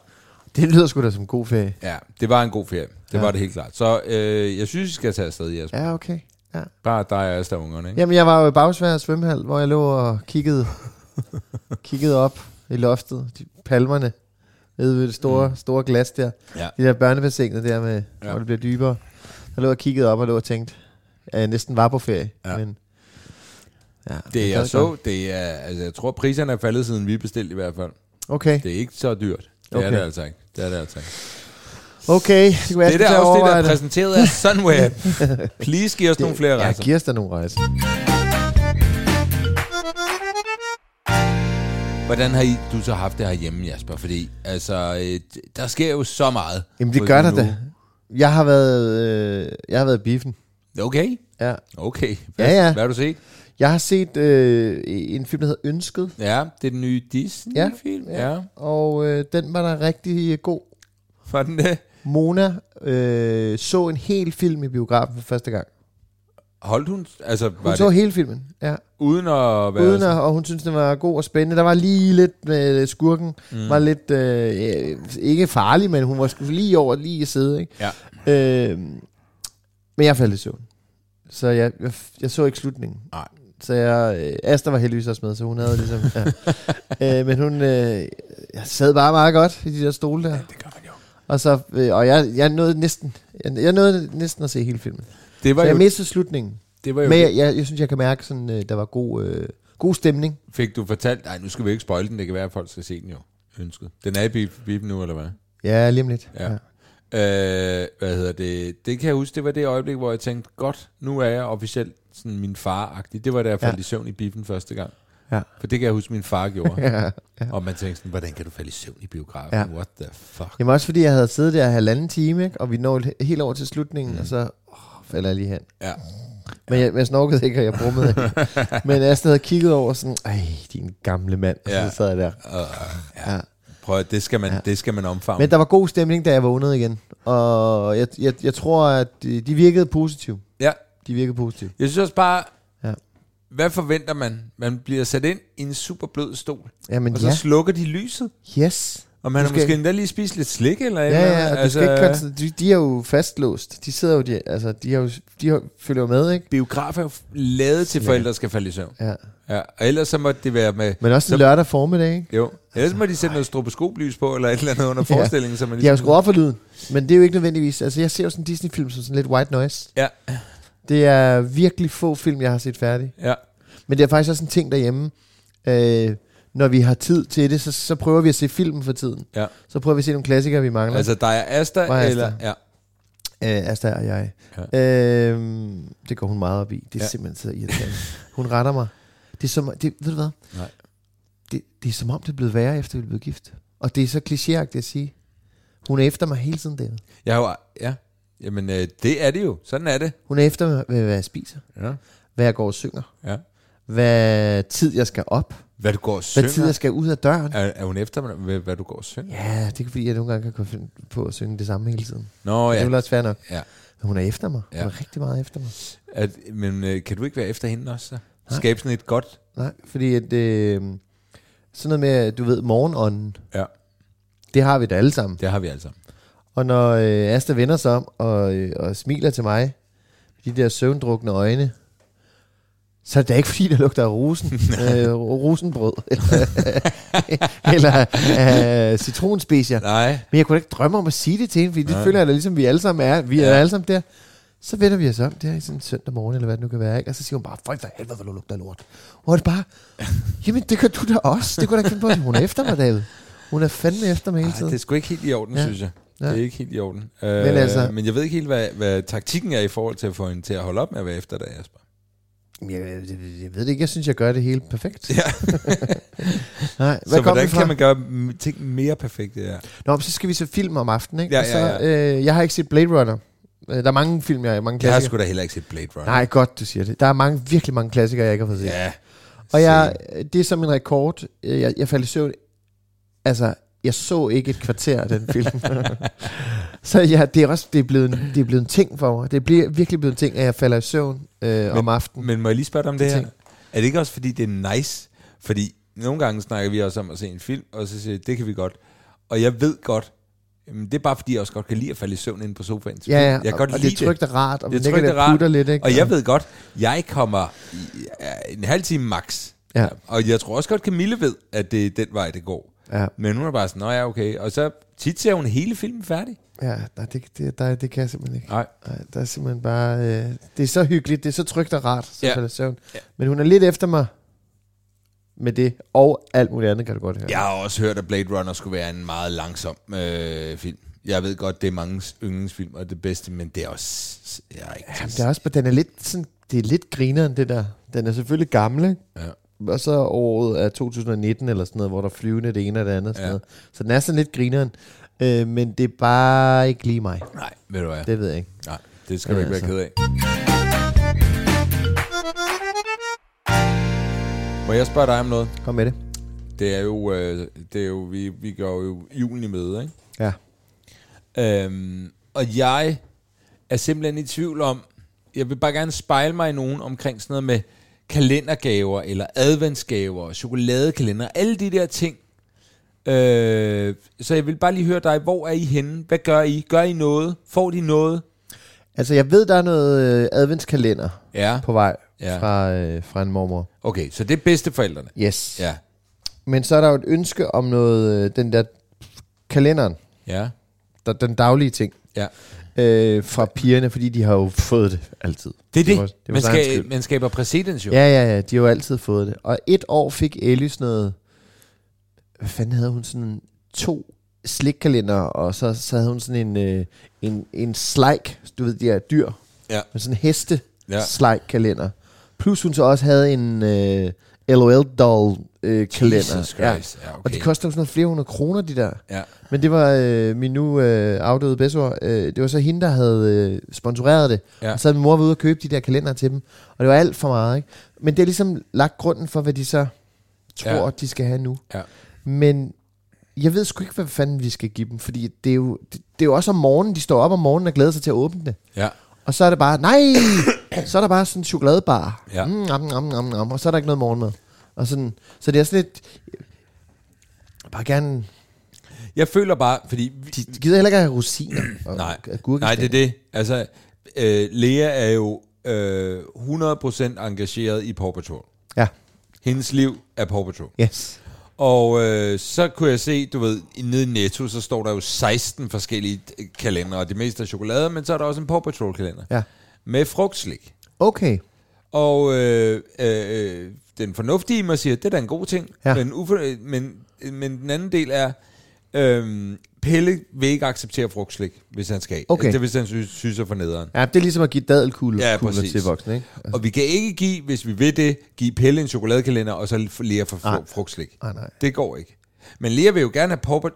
Speaker 2: Det lyder sgu da som en god ferie.
Speaker 1: Ja, det var en god ferie. Det
Speaker 2: Ja.
Speaker 1: ja. var det helt klart. Så øh, jeg synes, I skal tage afsted, Jesper. Ja.
Speaker 2: Ja, okay. Ja.
Speaker 1: Bare dig og os der er ungerne, ikke?
Speaker 2: Jamen, jeg var jo i Bagsvær svømmehal, hvor jeg lå og kiggede, kiggede op i loftet, de palmerne, nede ved det store, mm. store glas der.
Speaker 1: Ja.
Speaker 2: De der børnebassiner der, med, ja.
Speaker 1: Ja.
Speaker 2: hvor det bliver dybere. Der lå jeg og kiggede op og lå og tænkte, at jeg næsten var på ferie.
Speaker 1: Ja.
Speaker 2: Men, ja,
Speaker 1: Det
Speaker 2: gad
Speaker 1: jeg så, det er, altså jeg tror priserne er faldet siden vi bestilte i hvert fald.
Speaker 2: godt. Okay,
Speaker 1: Det er ikke så dyrt. Det okay.
Speaker 2: Okay.
Speaker 1: er det altså ikke. Det er det altså ikke.
Speaker 2: okay. Det, kunne jeg
Speaker 1: Det der
Speaker 2: sgu tage at
Speaker 1: afsnit
Speaker 2: overveje
Speaker 1: er præsenteret
Speaker 2: (laughs)
Speaker 1: af Sunweb. Please giv os nogle flere
Speaker 2: Ja,
Speaker 1: rejser.
Speaker 2: giv os da nogle rejser.
Speaker 1: Hvordan har I, du så haft det herhjemme, Jasper? Fordi altså, øh, der sker jo så meget.
Speaker 2: Jamen, det
Speaker 1: på
Speaker 2: gør
Speaker 1: den
Speaker 2: der
Speaker 1: uge.
Speaker 2: da. Jeg har været, øh, jeg har været i biffen.
Speaker 1: Okay,
Speaker 2: Ja.
Speaker 1: okay.
Speaker 2: Ja, ja.
Speaker 1: Hvad har du set?
Speaker 2: Jeg har set øh, en film, der hedder Ønsket.
Speaker 1: Ja, det er den nye Disney-film.
Speaker 2: Ja,
Speaker 1: Ja. ja.
Speaker 2: Og øh, den var da rigtig øh, god.
Speaker 1: Var den det?
Speaker 2: Mona øh, så en hel film i biografen for første gang.
Speaker 1: Holdt hun? Altså,
Speaker 2: Hun
Speaker 1: var
Speaker 2: så
Speaker 1: det
Speaker 2: hele filmen, ja.
Speaker 1: uden at være...
Speaker 2: Uden at, og hun syntes, den var god og spændende. Der var lige lidt med skurken. Mm. Var lidt, øh, øh, ikke farlig, men hun var sgu lige over lige i sidde, ikke?
Speaker 1: Ja.
Speaker 2: Øh, men jeg faldt i søvn. Så jeg, jeg, jeg så ikke slutningen.
Speaker 1: Nej.
Speaker 2: Så jeg, øh, Asta var heldigvis også med, så hun havde ligesom... ja. øh, men hun øh, jeg sad bare meget godt i de der stole der.
Speaker 1: Det gør man jo.
Speaker 2: Og, så, øh, og jeg, jeg, nåede næsten, jeg, jeg nåede næsten at se hele filmen.
Speaker 1: Det var
Speaker 2: Så jeg
Speaker 1: jo...
Speaker 2: mistede slutningen.
Speaker 1: Det var jo
Speaker 2: Men jeg, jeg, jeg synes, jeg kan mærke, sådan, øh, der var god, øh, god stemning.
Speaker 1: Fik du fortalt... Nej, nu skal vi ikke spoil den. Det kan være, at folk skal se den jo. Ønsket. Den er i bib- biben nu, eller hvad?
Speaker 2: Ja, lige om lidt.
Speaker 1: Ja. Øh, hvad hedder det? Det kan jeg huske, det var det øjeblik, hvor jeg tænkte, godt, nu er jeg officielt sådan min far-agtig. Det var da jeg faldt
Speaker 2: Ja.
Speaker 1: ja. i søvn i biffen første gang.
Speaker 2: Ja.
Speaker 1: For det kan jeg huske, min far gjorde.
Speaker 2: (laughs) ja.
Speaker 1: Og man tænkte sådan, hvordan kan du falde i søvn i biografen?
Speaker 2: Ja.
Speaker 1: Ja. What the fuck?
Speaker 2: Jamen også fordi jeg havde siddet der halvanden time, ikke? og vi nåede he- helt over til slutningen, mm. og så åh, falder jeg lige hen.
Speaker 1: Ja.
Speaker 2: Men jeg, men jeg snorkede ikke, og jeg brummede ikke. Men Asta havde kigget over sådan, ej, din gamle mand. Og
Speaker 1: Ja.
Speaker 2: så sad jeg der.
Speaker 1: ja. Prøv at, det skal man, ja. det skal man omfavne.
Speaker 2: Men der var god stemning, da jeg vågnede igen. Og jeg, jeg, jeg tror, at de, de virkede positive.
Speaker 1: Ja.
Speaker 2: De virkede positive.
Speaker 1: Jeg synes også bare,
Speaker 2: Ja.
Speaker 1: ja. hvad forventer man? Man bliver sat ind i en super blød stol,
Speaker 2: Jamen
Speaker 1: og så
Speaker 2: ja.
Speaker 1: slukker de lyset,
Speaker 2: Yes.
Speaker 1: Og man
Speaker 2: Du
Speaker 1: har
Speaker 2: skal-
Speaker 1: måske endda lige spist lidt slik eller et
Speaker 2: Ja,
Speaker 1: eller
Speaker 2: ja, og altså, du skal ikke koncentrere, de, de er jo fastlåst. De sidder jo, de, altså, de, har jo, de har, følger jo med, ikke?
Speaker 1: Biograf er jo f- lavet til
Speaker 2: Ja.
Speaker 1: forældre, der skal falde i søvn.
Speaker 2: Ja.
Speaker 1: Ja, og ellers så må det være med...
Speaker 2: Men også
Speaker 1: Så-
Speaker 2: en lørdag formiddag, ikke?
Speaker 1: Jo, ellers må de sætte noget stroboskoplys på, eller et eller andet under forestillingen, så man ligesom-
Speaker 2: De har jo skruet op for lyden, men det er jo ikke nødvendigvis. Altså, jeg ser jo sådan en Disney-film som sådan lidt white noise.
Speaker 1: Ja,
Speaker 2: Det er virkelig få film, jeg har set færdig.
Speaker 1: ja.
Speaker 2: Men det er faktisk også en ting derhjemme. Øh, når vi har tid til det, så, så prøver vi at se filmen for tiden.
Speaker 1: Ja.
Speaker 2: Så prøver vi at se nogle klassikere, vi mangler.
Speaker 1: Altså, der er Asta,
Speaker 2: Hvor er Asta?
Speaker 1: eller... Ja.
Speaker 2: Øh, Asta og jeg. Ja. Øh, det går hun meget op i. Det er ja.
Speaker 1: Ja.
Speaker 2: simpelthen så irriterende. Hun retter mig. Det er som, det, ved du hvad?
Speaker 1: Nej.
Speaker 2: Det, det er som om, det er blevet værre, efter vi blev gift. Og det er så klichéagtigt at sige. Hun er efter mig hele tiden, David.
Speaker 1: Jeg har jo... Ja. Jamen, øh, det er det jo. Sådan er det.
Speaker 2: Hun er efter mig, hvad hvad jeg spiser,
Speaker 1: Ja.
Speaker 2: hvad jeg går og synger,
Speaker 1: ja.
Speaker 2: hvad tid jeg skal op,
Speaker 1: Hvad du går og synger.
Speaker 2: hvad tid jeg skal ud af døren.
Speaker 1: er, er hun efter mig, med, hvad du går og synger?
Speaker 2: Ja, det er fordi, jeg nogle gange kan komme finde på at synge det samme hele tiden.
Speaker 1: Nå,
Speaker 2: Ja. Det er
Speaker 1: ja.
Speaker 2: vel også fair nok.
Speaker 1: ja.
Speaker 2: Men hun er efter mig. Ja.
Speaker 1: Ja.
Speaker 2: Hun er rigtig meget efter mig.
Speaker 1: At, men øh, kan du ikke være efter hende også, så? Skabe sådan et godt...
Speaker 2: Nej, fordi at, øh, sådan noget med, du ved, morgenånden,
Speaker 1: Ja,
Speaker 2: det har vi da alle sammen.
Speaker 1: det har vi altså.
Speaker 2: Og når øh, Asta vender sig om og, øh, og smiler til mig, med de der søvndrukne øjne, så er det da ikke fordi, der lugter af rosen,
Speaker 1: (laughs)
Speaker 2: øh, rosenbrød, eller, (laughs) eller øh, citronspecier.
Speaker 1: Nej.
Speaker 2: Men jeg kunne da ikke drømme om at sige det til hende, fordi det føler jeg da ligesom, vi alle sammen er. Vi er
Speaker 1: Ja.
Speaker 2: alle sammen der. Så vender vi os om, det er sådan en søndag morgen, eller hvad det nu kan være, ikke? og så siger hun bare, for for helvede, hvor du lugter af lort. Og det er bare, jamen det gør du da også, det kunne jeg da ikke finde på, at hun er efter mig, David. Hun er fandme efter mig hele
Speaker 1: Ej,
Speaker 2: tiden.
Speaker 1: det er sgu ikke helt i orden,
Speaker 2: Ja.
Speaker 1: ja. synes jeg.
Speaker 2: Ja.
Speaker 1: Ja. Det er ikke helt i orden. Øh,
Speaker 2: Men
Speaker 1: men,
Speaker 2: altså-
Speaker 1: altså, men jeg ved ikke helt, hvad, hvad taktikken er i forhold til at få hende til at holde op med at være efter dig, Jasper.
Speaker 2: Jamen, Jeg, jeg, jeg ved det ikke, jeg synes, jeg gør det hele
Speaker 1: (laughs)
Speaker 2: perfekt.
Speaker 1: Ja.
Speaker 2: Nej,
Speaker 1: så
Speaker 2: hvad kom
Speaker 1: hvordan
Speaker 2: vi fra?
Speaker 1: kan man gøre m- ting mere perfekte? Ja.
Speaker 2: Nå, men så skal vi se film om aftenen, ikke?
Speaker 1: Ja,
Speaker 2: Og så,
Speaker 1: ja,
Speaker 2: Øh, jeg har ikke set Blade Runner. Øh, Der er mange film, jeg mange
Speaker 1: Jeg har
Speaker 2: klassikere.
Speaker 1: sgu da heller ikke set Blade Runner.
Speaker 2: Nej, godt, du siger det. Der er mange, virkelig mange klassikere, jeg ikke har fået set.
Speaker 1: Ja.
Speaker 2: Og jeg, det er som en rekord. Øh, Jeg, jeg faldt i søvn. Altså, jeg så ikke et kvarter af
Speaker 1: (laughs)
Speaker 2: den film. så ja, det er også det er blevet, en- det er blevet en ting for mig. Det bliver virkelig blevet en ting, at jeg falder i søvn øh, om aftenen.
Speaker 1: Men må jeg lige spørge dig om det,
Speaker 2: Det
Speaker 1: her?
Speaker 2: ting.
Speaker 1: Er det ikke også, fordi det er nice? Fordi nogle gange snakker vi også om at se en film, og så siger jeg, det kan vi godt. Og jeg ved godt, jamen, det er bare fordi, jeg også godt kan lide at falde i søvn inde på sofaen. til film.
Speaker 2: ja, ja,
Speaker 1: jeg kan godt
Speaker 2: og, og
Speaker 1: lide
Speaker 2: det er trygt og rart, og
Speaker 1: Det
Speaker 2: man
Speaker 1: er
Speaker 2: ligger
Speaker 1: trygt
Speaker 2: der
Speaker 1: og rart.
Speaker 2: putter lidt, ikke?
Speaker 1: Og jeg ved godt, jeg kommer i, ja, en halv time max.
Speaker 2: Ja.
Speaker 1: Og jeg tror også godt, Camille ved, at det er den vej, det går.
Speaker 2: Ja.
Speaker 1: Men hun er bare sådan, nå ja, okay. Og så tit ser hun hele filmen færdig.
Speaker 2: Ja, nej, det, det, nej, det kan jeg simpelthen ikke.
Speaker 1: Nej.
Speaker 2: Nej, der er simpelthen bare... Øh, det er så hyggeligt, det er så trygt og rart, så
Speaker 1: Ja.
Speaker 2: ja. falder søvn. Ja. Men hun er lidt efter mig med det, og alt muligt andet kan du godt høre.
Speaker 1: Jeg har også hørt, at Blade Runner skulle være en meget langsom øh, film. Jeg ved godt, det er mange yndlingsfilm, og det bedste, men det er også... Jeg er ikke
Speaker 2: Jamen, det er også, den er lidt sådan, det er lidt grineren, det der. Den er selvfølgelig gammel, ikke?
Speaker 1: Ja.
Speaker 2: Og så året er 2019 eller sådan noget, hvor der er flyvende det ene og det andet. Sådan
Speaker 1: Ja.
Speaker 2: noget. Så den er sådan lidt grineren. Øh, men det er bare ikke lige mig.
Speaker 1: Nej, ved du hvad? Det,
Speaker 2: Det ved jeg ikke.
Speaker 1: Nej, det skal du
Speaker 2: Ja,
Speaker 1: ikke være
Speaker 2: altså.
Speaker 1: ked af. Må jeg spørge dig om noget?
Speaker 2: Kom med det.
Speaker 1: Det er jo... Øh, det er jo vi, vi går jo julen i møde, ikke?
Speaker 2: Ja.
Speaker 1: Øhm, og jeg er simpelthen i tvivl om, jeg vil bare gerne spejle mig i nogen omkring sådan noget med kalendergaver, eller adventsgaver, chokoladekalender, alle de der ting. Øh, så jeg vil bare lige høre dig, hvor er I henne? Hvad gør I? Gør I noget? Får de noget?
Speaker 2: Altså, jeg ved, der er noget øh, adventskalender
Speaker 1: Ja,
Speaker 2: på vej ja.
Speaker 1: Ja.
Speaker 2: fra, øh, fra en mormor.
Speaker 1: okay, så det er bedsteforældrene.
Speaker 2: Yes.
Speaker 1: Ja,
Speaker 2: Men så er der jo et ønske om noget, øh, den der kalenderen,
Speaker 1: ja,
Speaker 2: der, den daglige ting,
Speaker 1: ja.
Speaker 2: øh, fra pigerne, fordi de har jo fået det altid.
Speaker 1: Det er det.
Speaker 2: var-
Speaker 1: det,
Speaker 2: var
Speaker 1: man,
Speaker 2: så hans skyld.
Speaker 1: skal, man skaber præcedens jo.
Speaker 2: Ja, ja, ja, de har jo altid fået det. Og et år fik Ellie sådan noget, hvad fanden havde hun sådan to slikkalender, og så, så havde hun sådan en, øh, en, en slike, du ved, de er dyr,
Speaker 1: Ja.
Speaker 2: men sådan en heste ja.
Speaker 1: Ja.
Speaker 2: slike kalender. Plus hun så også havde en øh, LOL doll øh, kalender.
Speaker 1: Jesus Christ. Ja, okay.
Speaker 2: Og de koster jo sådan noget flere hundrede kroner, de der.
Speaker 1: Ja.
Speaker 2: Men det var øh, min nu øh, afdøde bedsor. Øh, det var så hende, der havde øh, sponsoreret det. Ja.
Speaker 1: Ja.
Speaker 2: Og så havde min mor været ude og købe de der kalender til dem. Og det var alt for meget, ikke? Men det er ligesom lagt grunden for, hvad de så tror, ja.
Speaker 1: Ja.
Speaker 2: de skal have nu.
Speaker 1: Ja.
Speaker 2: Men jeg ved sgu ikke, hvad fanden vi skal give dem. Fordi det er jo, det, det er jo også om morgenen. De står op om morgenen og glæder sig til at åbne det.
Speaker 1: Ja.
Speaker 2: Og så er det bare, nej, så er der bare sådan en chokoladebar. Ja.
Speaker 1: Ja.
Speaker 2: Mm, nom, nom, nom, nom, og så er der ikke noget morgenmad. Og sådan, så det er sådan lidt, bare gerne
Speaker 1: Jeg føler bare, fordi... Vi,
Speaker 2: De gider heller ikke have rosiner og
Speaker 1: nej,
Speaker 2: gurkestænger.
Speaker 1: nej, det er det. Altså, øh, Lea er jo øh, 100% engageret i Paw Patrol.
Speaker 2: Ja,
Speaker 1: Hendes liv er Paw Patrol.
Speaker 2: yes.
Speaker 1: Og øh, så kunne jeg se, du ved, i- nede i Netto, så står der jo 16 forskellige øh, kalendere, og det meste er chokolade, men så er der også en Paw Patrol kalender.
Speaker 2: Ja.
Speaker 1: Med frugtslik.
Speaker 2: Okay.
Speaker 1: Og øh, øh, øh, den fornuftige i mig siger, det er da en god ting.
Speaker 2: Ja.
Speaker 1: Men, ufor, øh, men, men den anden del er, øh, Pelle vil ikke acceptere frugtslik, hvis han skal.
Speaker 2: Okay.
Speaker 1: Altså, hvis han synes, synes er for nederen.
Speaker 2: Ja, det er ligesom at give dadelkugler
Speaker 1: Ja,
Speaker 2: ja,
Speaker 1: præcis.
Speaker 2: til voksne, ikke?
Speaker 1: Og vi kan ikke give, hvis vi vil det, give Pelle en chokoladekalender, og så lære for fru-
Speaker 2: Nej.
Speaker 1: frugtslik.
Speaker 2: Nej, nej.
Speaker 1: Det går ikke. Men Lea vil jo gerne have poppet.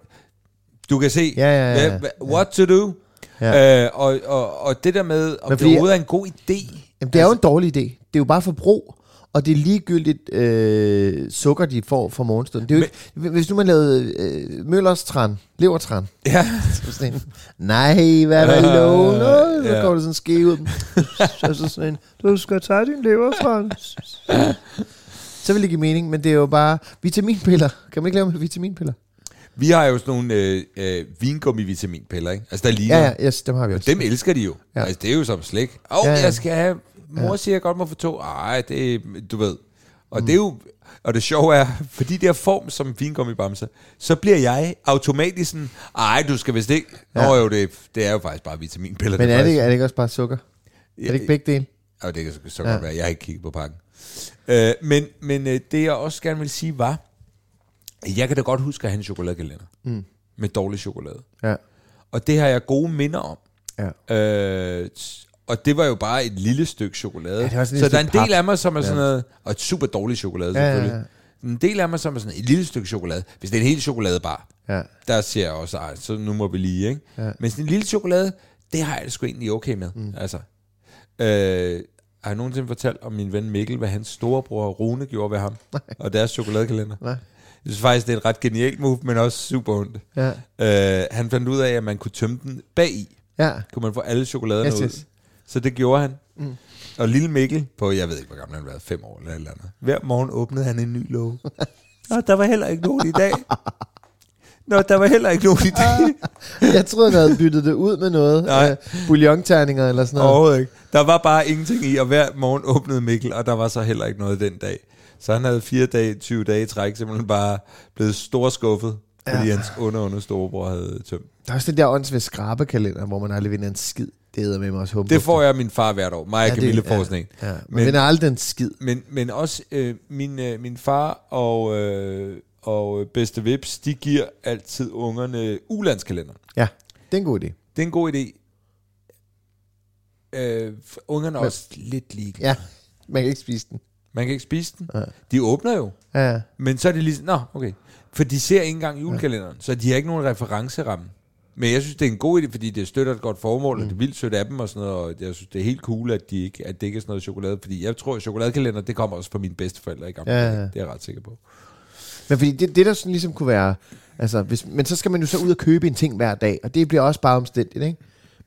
Speaker 1: Du kan se,
Speaker 2: Ja, ja, ja,
Speaker 1: hvad- hvad-
Speaker 2: ja.
Speaker 1: what to do.
Speaker 2: Ja.
Speaker 1: Øh, og, og, og det der med, om
Speaker 2: Men
Speaker 1: det
Speaker 2: fordi-
Speaker 1: overhovedet er en god idé.
Speaker 2: Jamen, det er jo en dårlig idé. Det er jo bare forbrug, og det er ligegyldigt øh, sukker, de får fra morgenstunden. Det er jo ikke, hvis nu man lavede øh, Møllers tran, levertran,
Speaker 1: Ja.
Speaker 2: så sådan en, nej, hvad er der i loven? Åh, Så
Speaker 1: Ja.
Speaker 2: går det sådan skæv
Speaker 1: (laughs)
Speaker 2: ud. Så, så sådan en, du skal tage din levertran. Så vil det give mening, men det er jo bare vitaminpiller. Kan man ikke lave med vitaminpiller?
Speaker 1: Vi har jo sådan nogle øh, øh, vingummi-vitaminpiller, ikke? Altså, der ligner.
Speaker 2: Ja, ja, yes, dem har vi også.
Speaker 1: Dem elsker de jo.
Speaker 2: Ja.
Speaker 1: Ja. Altså, det er jo som slik. Åh, oh, ja,
Speaker 2: Ja, ja.
Speaker 1: ja. jeg skal have... Mor siger, jeg godt må få to. Ej, det er- Du ved. Og mm. det er jo... Og det sjove er, fordi det er form som vingummibamser, så bliver jeg automatisk sådan, ej, du skal vist ikke... Nå
Speaker 2: Ja.
Speaker 1: jo, det, det er jo faktisk bare vitaminpiller.
Speaker 2: Men er det,
Speaker 1: faktisk-
Speaker 2: er det ikke også bare sukker? Er det ikke begge dele?
Speaker 1: Ja, det kan så, så
Speaker 2: Ja.
Speaker 1: ja. godt være. Jeg har ikke kigget på pakken. Øh, men men øh, det, jeg også gerne vil sige, var, at jeg kan da godt huske at have en chokoladekalender. Mm. Med dårlig chokolade.
Speaker 2: Ja.
Speaker 1: Og det har jeg gode minder om.
Speaker 2: ja.
Speaker 1: Øh, t- og det var jo bare et lille stykke chokolade.
Speaker 2: Ja, det var sådan et
Speaker 1: så der er en
Speaker 2: stykke
Speaker 1: del
Speaker 2: pap.
Speaker 1: af mig, som er sådan noget... Og et super dårligt chokolade,
Speaker 2: Ja, ja, ja.
Speaker 1: selvfølgelig. Ja, ja, ja. En del af mig, som er sådan et lille stykke chokolade. Hvis det er en hel chokoladebar,
Speaker 2: Ja.
Speaker 1: der ser jeg også, ej, så nu må vi lige, ikke? Ja. Men sådan en lille chokolade, det har jeg det sgu egentlig okay med. Mm. Altså. Øh, har jeg nogensinde fortalt om min ven Mikkel, hvad hans storebror Rune gjorde ved
Speaker 2: (laughs)
Speaker 1: ham? Nej. Og deres chokoladekalender?
Speaker 2: Nej.
Speaker 1: Jeg synes faktisk, det er et ret genialt move, men også super ondt.
Speaker 2: Ja.
Speaker 1: Øh, han fandt ud af, at man kunne tømme den bagi
Speaker 2: Ja.
Speaker 1: kunne man få alle chokoladerne
Speaker 2: Yes,
Speaker 1: yes, yes.
Speaker 2: yes.
Speaker 1: ud. Så det gjorde han. Mm. Og lille Mikkel, på jeg ved ikke, hvor gammel han var, fem år eller et eller andet. Hver morgen åbnede han en ny låge. Og der var heller ikke nogen i dag. Nå, der var heller ikke nogen i dag.
Speaker 2: Jeg troede, han havde byttet det ud med noget.
Speaker 1: Nej.
Speaker 2: Øh, Bouillonterninger eller sådan noget.
Speaker 1: (laughs) Overhovedet ikke. Der var bare ingenting i, og hver morgen åbnede Mikkel, og der var så heller ikke noget den dag. Så han havde fire dage, 20 dage i træk, simpelthen bare blevet storskuffet, fordi ja. hans under, under storebror havde tømt.
Speaker 2: Der er også den der åndsved skrabekalender, hvor man aldrig vinder en skid. Det hedder med mig også humble.
Speaker 1: Det får jeg af min far hvert år. Mig og ja, Camille får sådan en.
Speaker 2: Ja, ja. Man men, vinder aldrig en skid.
Speaker 1: men, men også øh, min, øh, min far og, øh, og øh, bedste Vips, de giver altid ungerne ulandskalenderen.
Speaker 2: Ja, det er en god idé.
Speaker 1: Det er en god idé. Øh, for ungerne er også lidt lige.
Speaker 2: Ja, man kan ikke spise den.
Speaker 1: Man kan ikke spise den. Ja. De åbner jo,
Speaker 2: Ja, ja.
Speaker 1: men så er det lige Nå, okay. For de ser ikke engang julekalenderen, så de har ikke nogen referenceramme. Men jeg synes, det er en god idé, fordi det støtter et godt formål, mm. og det er vildt sødt af dem og sådan noget, og jeg synes, det er helt cool, at, de ikke, at det ikke er sådan noget chokolade, fordi jeg tror, at chokoladekalender, det kommer også fra mine bedsteforældre i gamle ja,
Speaker 2: Ja, ja.
Speaker 1: ja. Det er jeg ret sikker på.
Speaker 2: Men fordi det, det der sådan ligesom kunne være... Altså, hvis, men så skal man jo så ud og købe en ting hver dag, og det bliver også bare omstændigt, ikke?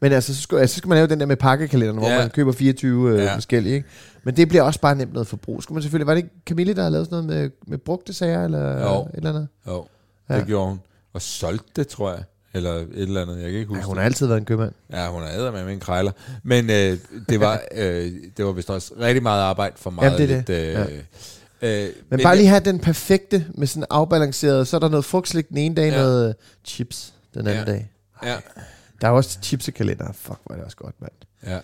Speaker 2: Men altså, så skal, altså, så skal man lave den der med pakkekalenderen, hvor
Speaker 1: Ja.
Speaker 2: man køber 24 øh, ja.
Speaker 1: Ja.
Speaker 2: forskellige, ikke? Men det bliver også bare nemt noget forbrug. Skulle man selvfølgelig... Var det ikke Camille, der har lavet sådan noget med, med brugte sager, eller
Speaker 1: Jo.
Speaker 2: et eller andet?
Speaker 1: Jo,
Speaker 2: Ja.
Speaker 1: ja. det gjorde hun. Og solgte det, tror jeg. Eller et eller andet, jeg kan ikke huske
Speaker 2: Ja, hun
Speaker 1: det.
Speaker 2: har altid været en købmand.
Speaker 1: Ja, hun er med en krejler. Men øh, det,
Speaker 2: (laughs)
Speaker 1: var, øh, det var vist også rigtig meget arbejde for meget
Speaker 2: Jamen, det er det.
Speaker 1: lidt... Øh, ja. øh,
Speaker 2: Men, men bare lige have den perfekte med sådan afbalanceret, så er der noget frugtslik den ene dag, ja.
Speaker 1: Ja.
Speaker 2: noget øh, chips den anden ja.
Speaker 1: Ja.
Speaker 2: dag.
Speaker 1: Ja,
Speaker 2: Der er jo også chipsekalender. Fuck, hvor er det også godt, mand.
Speaker 1: ja.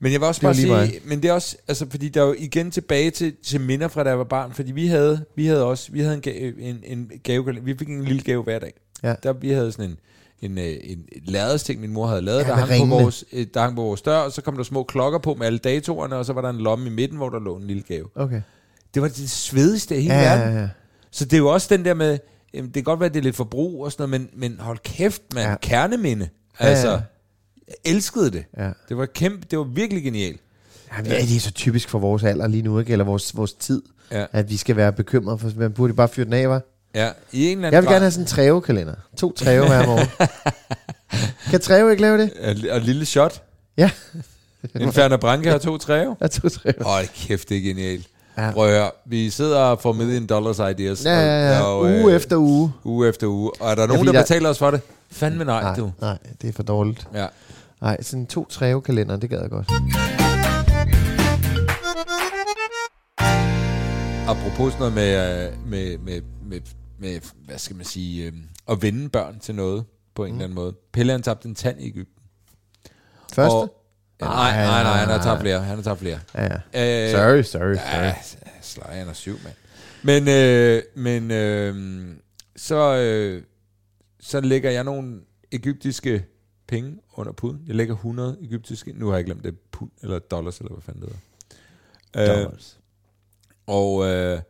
Speaker 1: Men jeg vil også
Speaker 2: Det var
Speaker 1: bare
Speaker 2: lige
Speaker 1: sige,
Speaker 2: mig.
Speaker 1: men det er også, altså fordi der er jo igen tilbage til, til minder fra, da jeg var barn, fordi vi havde, vi havde også, vi havde en, ga- en, en gave, vi fik en lille gave hver dag.
Speaker 2: Ja.
Speaker 1: Der, vi havde sådan en, en, øh, en lærredsting, min mor havde lavet,
Speaker 2: Ja,
Speaker 1: ja, der,
Speaker 2: med
Speaker 1: hang på
Speaker 2: ringene.
Speaker 1: vores, øh, der hang på vores dør, og så kom der små klokker på med alle datorerne, og så var der en lomme i midten, hvor der lå en lille gave.
Speaker 2: Okay.
Speaker 1: Det var det svedigste i hele
Speaker 2: Ja,
Speaker 1: ja,
Speaker 2: ja,
Speaker 1: verden.
Speaker 2: ja.
Speaker 1: Så det er jo også den der med, jamen, det kan godt være, at det er lidt forbrug og sådan noget, men, men hold kæft, man,
Speaker 2: Ja.
Speaker 1: ja. kerneminde.
Speaker 2: Ja, ja.
Speaker 1: Altså, jeg elskede det.
Speaker 2: Ja.
Speaker 1: Det var kæmpe, det var virkelig genialt.
Speaker 2: Jamen, ja, det er så typisk for vores alder lige nu, ikke? Eller vores, vores tid,
Speaker 1: Ja.
Speaker 2: at vi skal være bekymrede for, man burde bare fyre den af, var.
Speaker 1: Ja, i en eller anden
Speaker 2: Jeg vil
Speaker 1: grad-
Speaker 2: gerne have sådan en trævekalender. To træve
Speaker 1: (laughs)
Speaker 2: hver morgen. kan træve ikke lave det?
Speaker 1: Ja, Og et lille
Speaker 2: (laughs)
Speaker 1: shot.
Speaker 2: Ja.
Speaker 1: En Ferner Branca og to træer.
Speaker 2: Ja, to træve.
Speaker 1: Hold kæft, det er genialt.
Speaker 2: Ja.
Speaker 1: Prøv at høre, vi sidder og får million dollars ideas.
Speaker 2: Ja, ja, ja.
Speaker 1: og- og, øh,
Speaker 2: Uge efter uge.
Speaker 1: Uge efter uge. Og er der nogen,
Speaker 2: fordi
Speaker 1: der,
Speaker 2: der-
Speaker 1: betaler os for det? Fandme nej,
Speaker 2: Nej,
Speaker 1: du.
Speaker 2: nej, det er for dårligt.
Speaker 1: Ja.
Speaker 2: Nej, sådan to trævekalender, det gad jeg godt.
Speaker 1: Apropos sådan noget med, øh, med, med, med, med hvad skal man sige, øh, at vende børn til noget på en eller anden måde. Pelle han tabte en tand i Ægypten.
Speaker 2: Første?
Speaker 1: Og, ja, nej, nej, nej, han har tabt flere. Han har tabt flere.
Speaker 2: Ja, ja.
Speaker 1: Øh,
Speaker 2: Sorry, sorry, sorry.
Speaker 1: Ja, slej, han er syv, mand. Men, øh, men øh, så, øh, så lægger jeg nogle egyptiske penge under puden. Jeg lægger 100 egyptiske, nu har jeg glemt det, er pund, eller dollars, eller hvad fanden det hedder. Øh,
Speaker 2: Dollars.
Speaker 1: og, øh,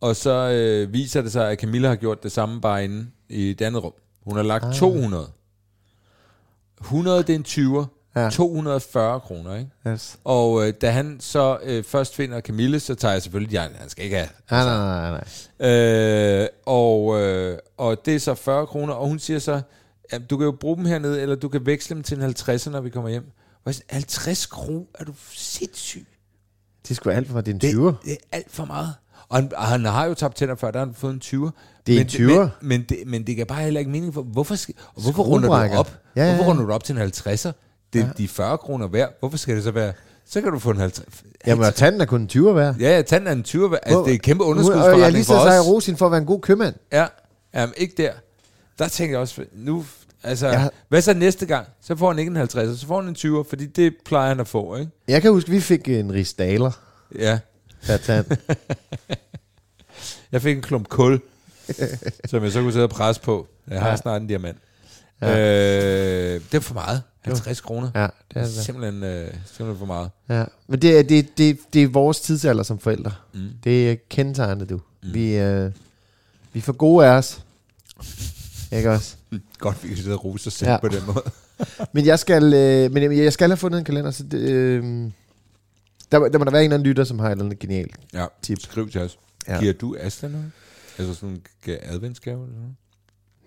Speaker 1: og så øh, viser det sig, at Camilla har gjort det samme bare inde i et andet rum. Hun har lagt ah. 200. 100, det er en 20'er.
Speaker 2: Ja.
Speaker 1: Ja. 240 kroner, ikke?
Speaker 2: Yes.
Speaker 1: Og øh, da han så øh, først finder Camille, så tager jeg selvfølgelig, han, han skal ikke have.
Speaker 2: Nej, nej, nej, nej, nej.
Speaker 1: Øh, og, øh, og det er så 40 kroner, og hun siger så, "Jamen, du kan jo bruge dem hernede, eller du kan veksle dem til en 50'er, når vi kommer hjem. Og jeg siger, 50 kroner? Er du sindssyg?
Speaker 2: Det skulle alt for din
Speaker 1: Det,
Speaker 2: 20'er.
Speaker 1: det er alt for meget. Og han, og han har jo tabt tænder før, der har han fået en 20'er.
Speaker 2: Det er en
Speaker 1: men,
Speaker 2: 20'er.
Speaker 1: Men, men, det, men det kan bare heller ikke mening for, hvorfor, skal, og hvorfor runder
Speaker 2: Skruebrækker.
Speaker 1: du op?
Speaker 2: Ja, ja, ja.
Speaker 1: Hvorfor runder du op til en 50'er? Det er ja. de 40 kroner værd. Hvorfor skal det så være? Så kan du få en 50.
Speaker 2: Jamen, og tanden er kun en 20'er værd.
Speaker 1: Ja, ja, tanden er en 20. Altså, det er et kæmpe
Speaker 2: Og jeg lige
Speaker 1: underskudsforretning
Speaker 2: så
Speaker 1: for
Speaker 2: sagde
Speaker 1: os.
Speaker 2: Rosin for at være en god købmand.
Speaker 1: Ja, jamen, ikke der. Der tænker jeg også, nu, altså,
Speaker 2: Ja.
Speaker 1: ja. hvad så næste gang? Så får han ikke en 50, så får han en 20, fordi det plejer han at få, ikke?
Speaker 2: Jeg kan huske, vi fik en ristaler
Speaker 1: Ja,
Speaker 2: per tand.
Speaker 1: (laughs) jeg fik en klump kul, (laughs) som jeg så kunne sidde og presse på. Jeg har
Speaker 2: Ja.
Speaker 1: ja. snart en diamant. Ja. Øh, det er for meget. 50 kroner.
Speaker 2: ja, det
Speaker 1: Det
Speaker 2: er
Speaker 1: er
Speaker 2: det.
Speaker 1: simpelthen, øh, simpelthen for meget.
Speaker 2: Ja. Men det er, det, er- det, er- det er vores tidsalder som forældre. Mm. Det er kendetegnet, du. Mm. Vi, øh, vi er for gode af os. Ikke også?
Speaker 1: Godt, vi kan sidde og rose os selv
Speaker 2: Ja.
Speaker 1: ja. på den
Speaker 2: (laughs)
Speaker 1: måde.
Speaker 2: Men jeg skal, øh, men jeg jeg skal have fundet en kalender, så det, øh, der, må- der må der være en eller anden lytter, som har et eller andet genialt.
Speaker 1: Ja,
Speaker 2: Tip.
Speaker 1: skriv til os.
Speaker 2: Ja.
Speaker 1: Ja. Giver du Asta noget? Altså sådan en ga- adventsgave eller noget?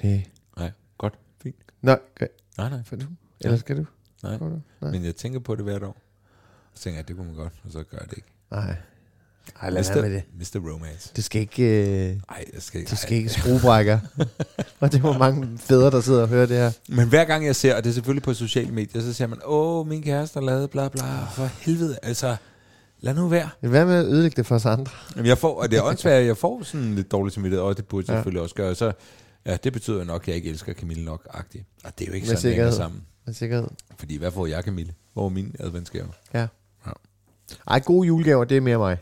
Speaker 2: Nej.
Speaker 1: Nej, godt, fint.
Speaker 2: Nå, okay.
Speaker 1: Nej, nej.
Speaker 2: Får du? Eller skal du?
Speaker 1: Nej.
Speaker 2: Får du? Nej.
Speaker 1: Men jeg tænker på det hvert år. Så tænker jeg, det kunne man godt, og så gør jeg det ikke.
Speaker 2: Nej. Ej, lad være
Speaker 1: Mr.
Speaker 2: med det.
Speaker 1: Mr. Romance.
Speaker 2: Det skal ikke, øh,
Speaker 1: Ej, jeg skal ikke.
Speaker 2: det skal
Speaker 1: ej.
Speaker 2: ikke
Speaker 1: (laughs)
Speaker 2: skruebrækker. og det var mange fædre, der sidder og hører det her.
Speaker 1: Men hver gang jeg ser, og det er selvfølgelig på sociale medier, så siger man, åh, min kæreste har lavet bla bla, for helvede, altså, lad nu være.
Speaker 2: Men Hvad med at ødelægge det for os andre?
Speaker 1: Jamen, jeg får, og det er åndssvagt, jeg får sådan lidt dårlig samvittighed, og det burde jeg selvfølgelig også gøre. Så, ja, det betyder jo nok, at jeg ikke elsker Camille nok, agtigt. Og det er jo ikke
Speaker 2: Med
Speaker 1: sådan, det hænger
Speaker 2: sikkerhed.
Speaker 1: sammen.
Speaker 2: Med sikkerhed.
Speaker 1: Fordi hvad får jeg, Camille? Hvor er min adventsgave?
Speaker 2: Ja.
Speaker 1: Ja.
Speaker 2: Ej, gode julegaver, det er mere mig.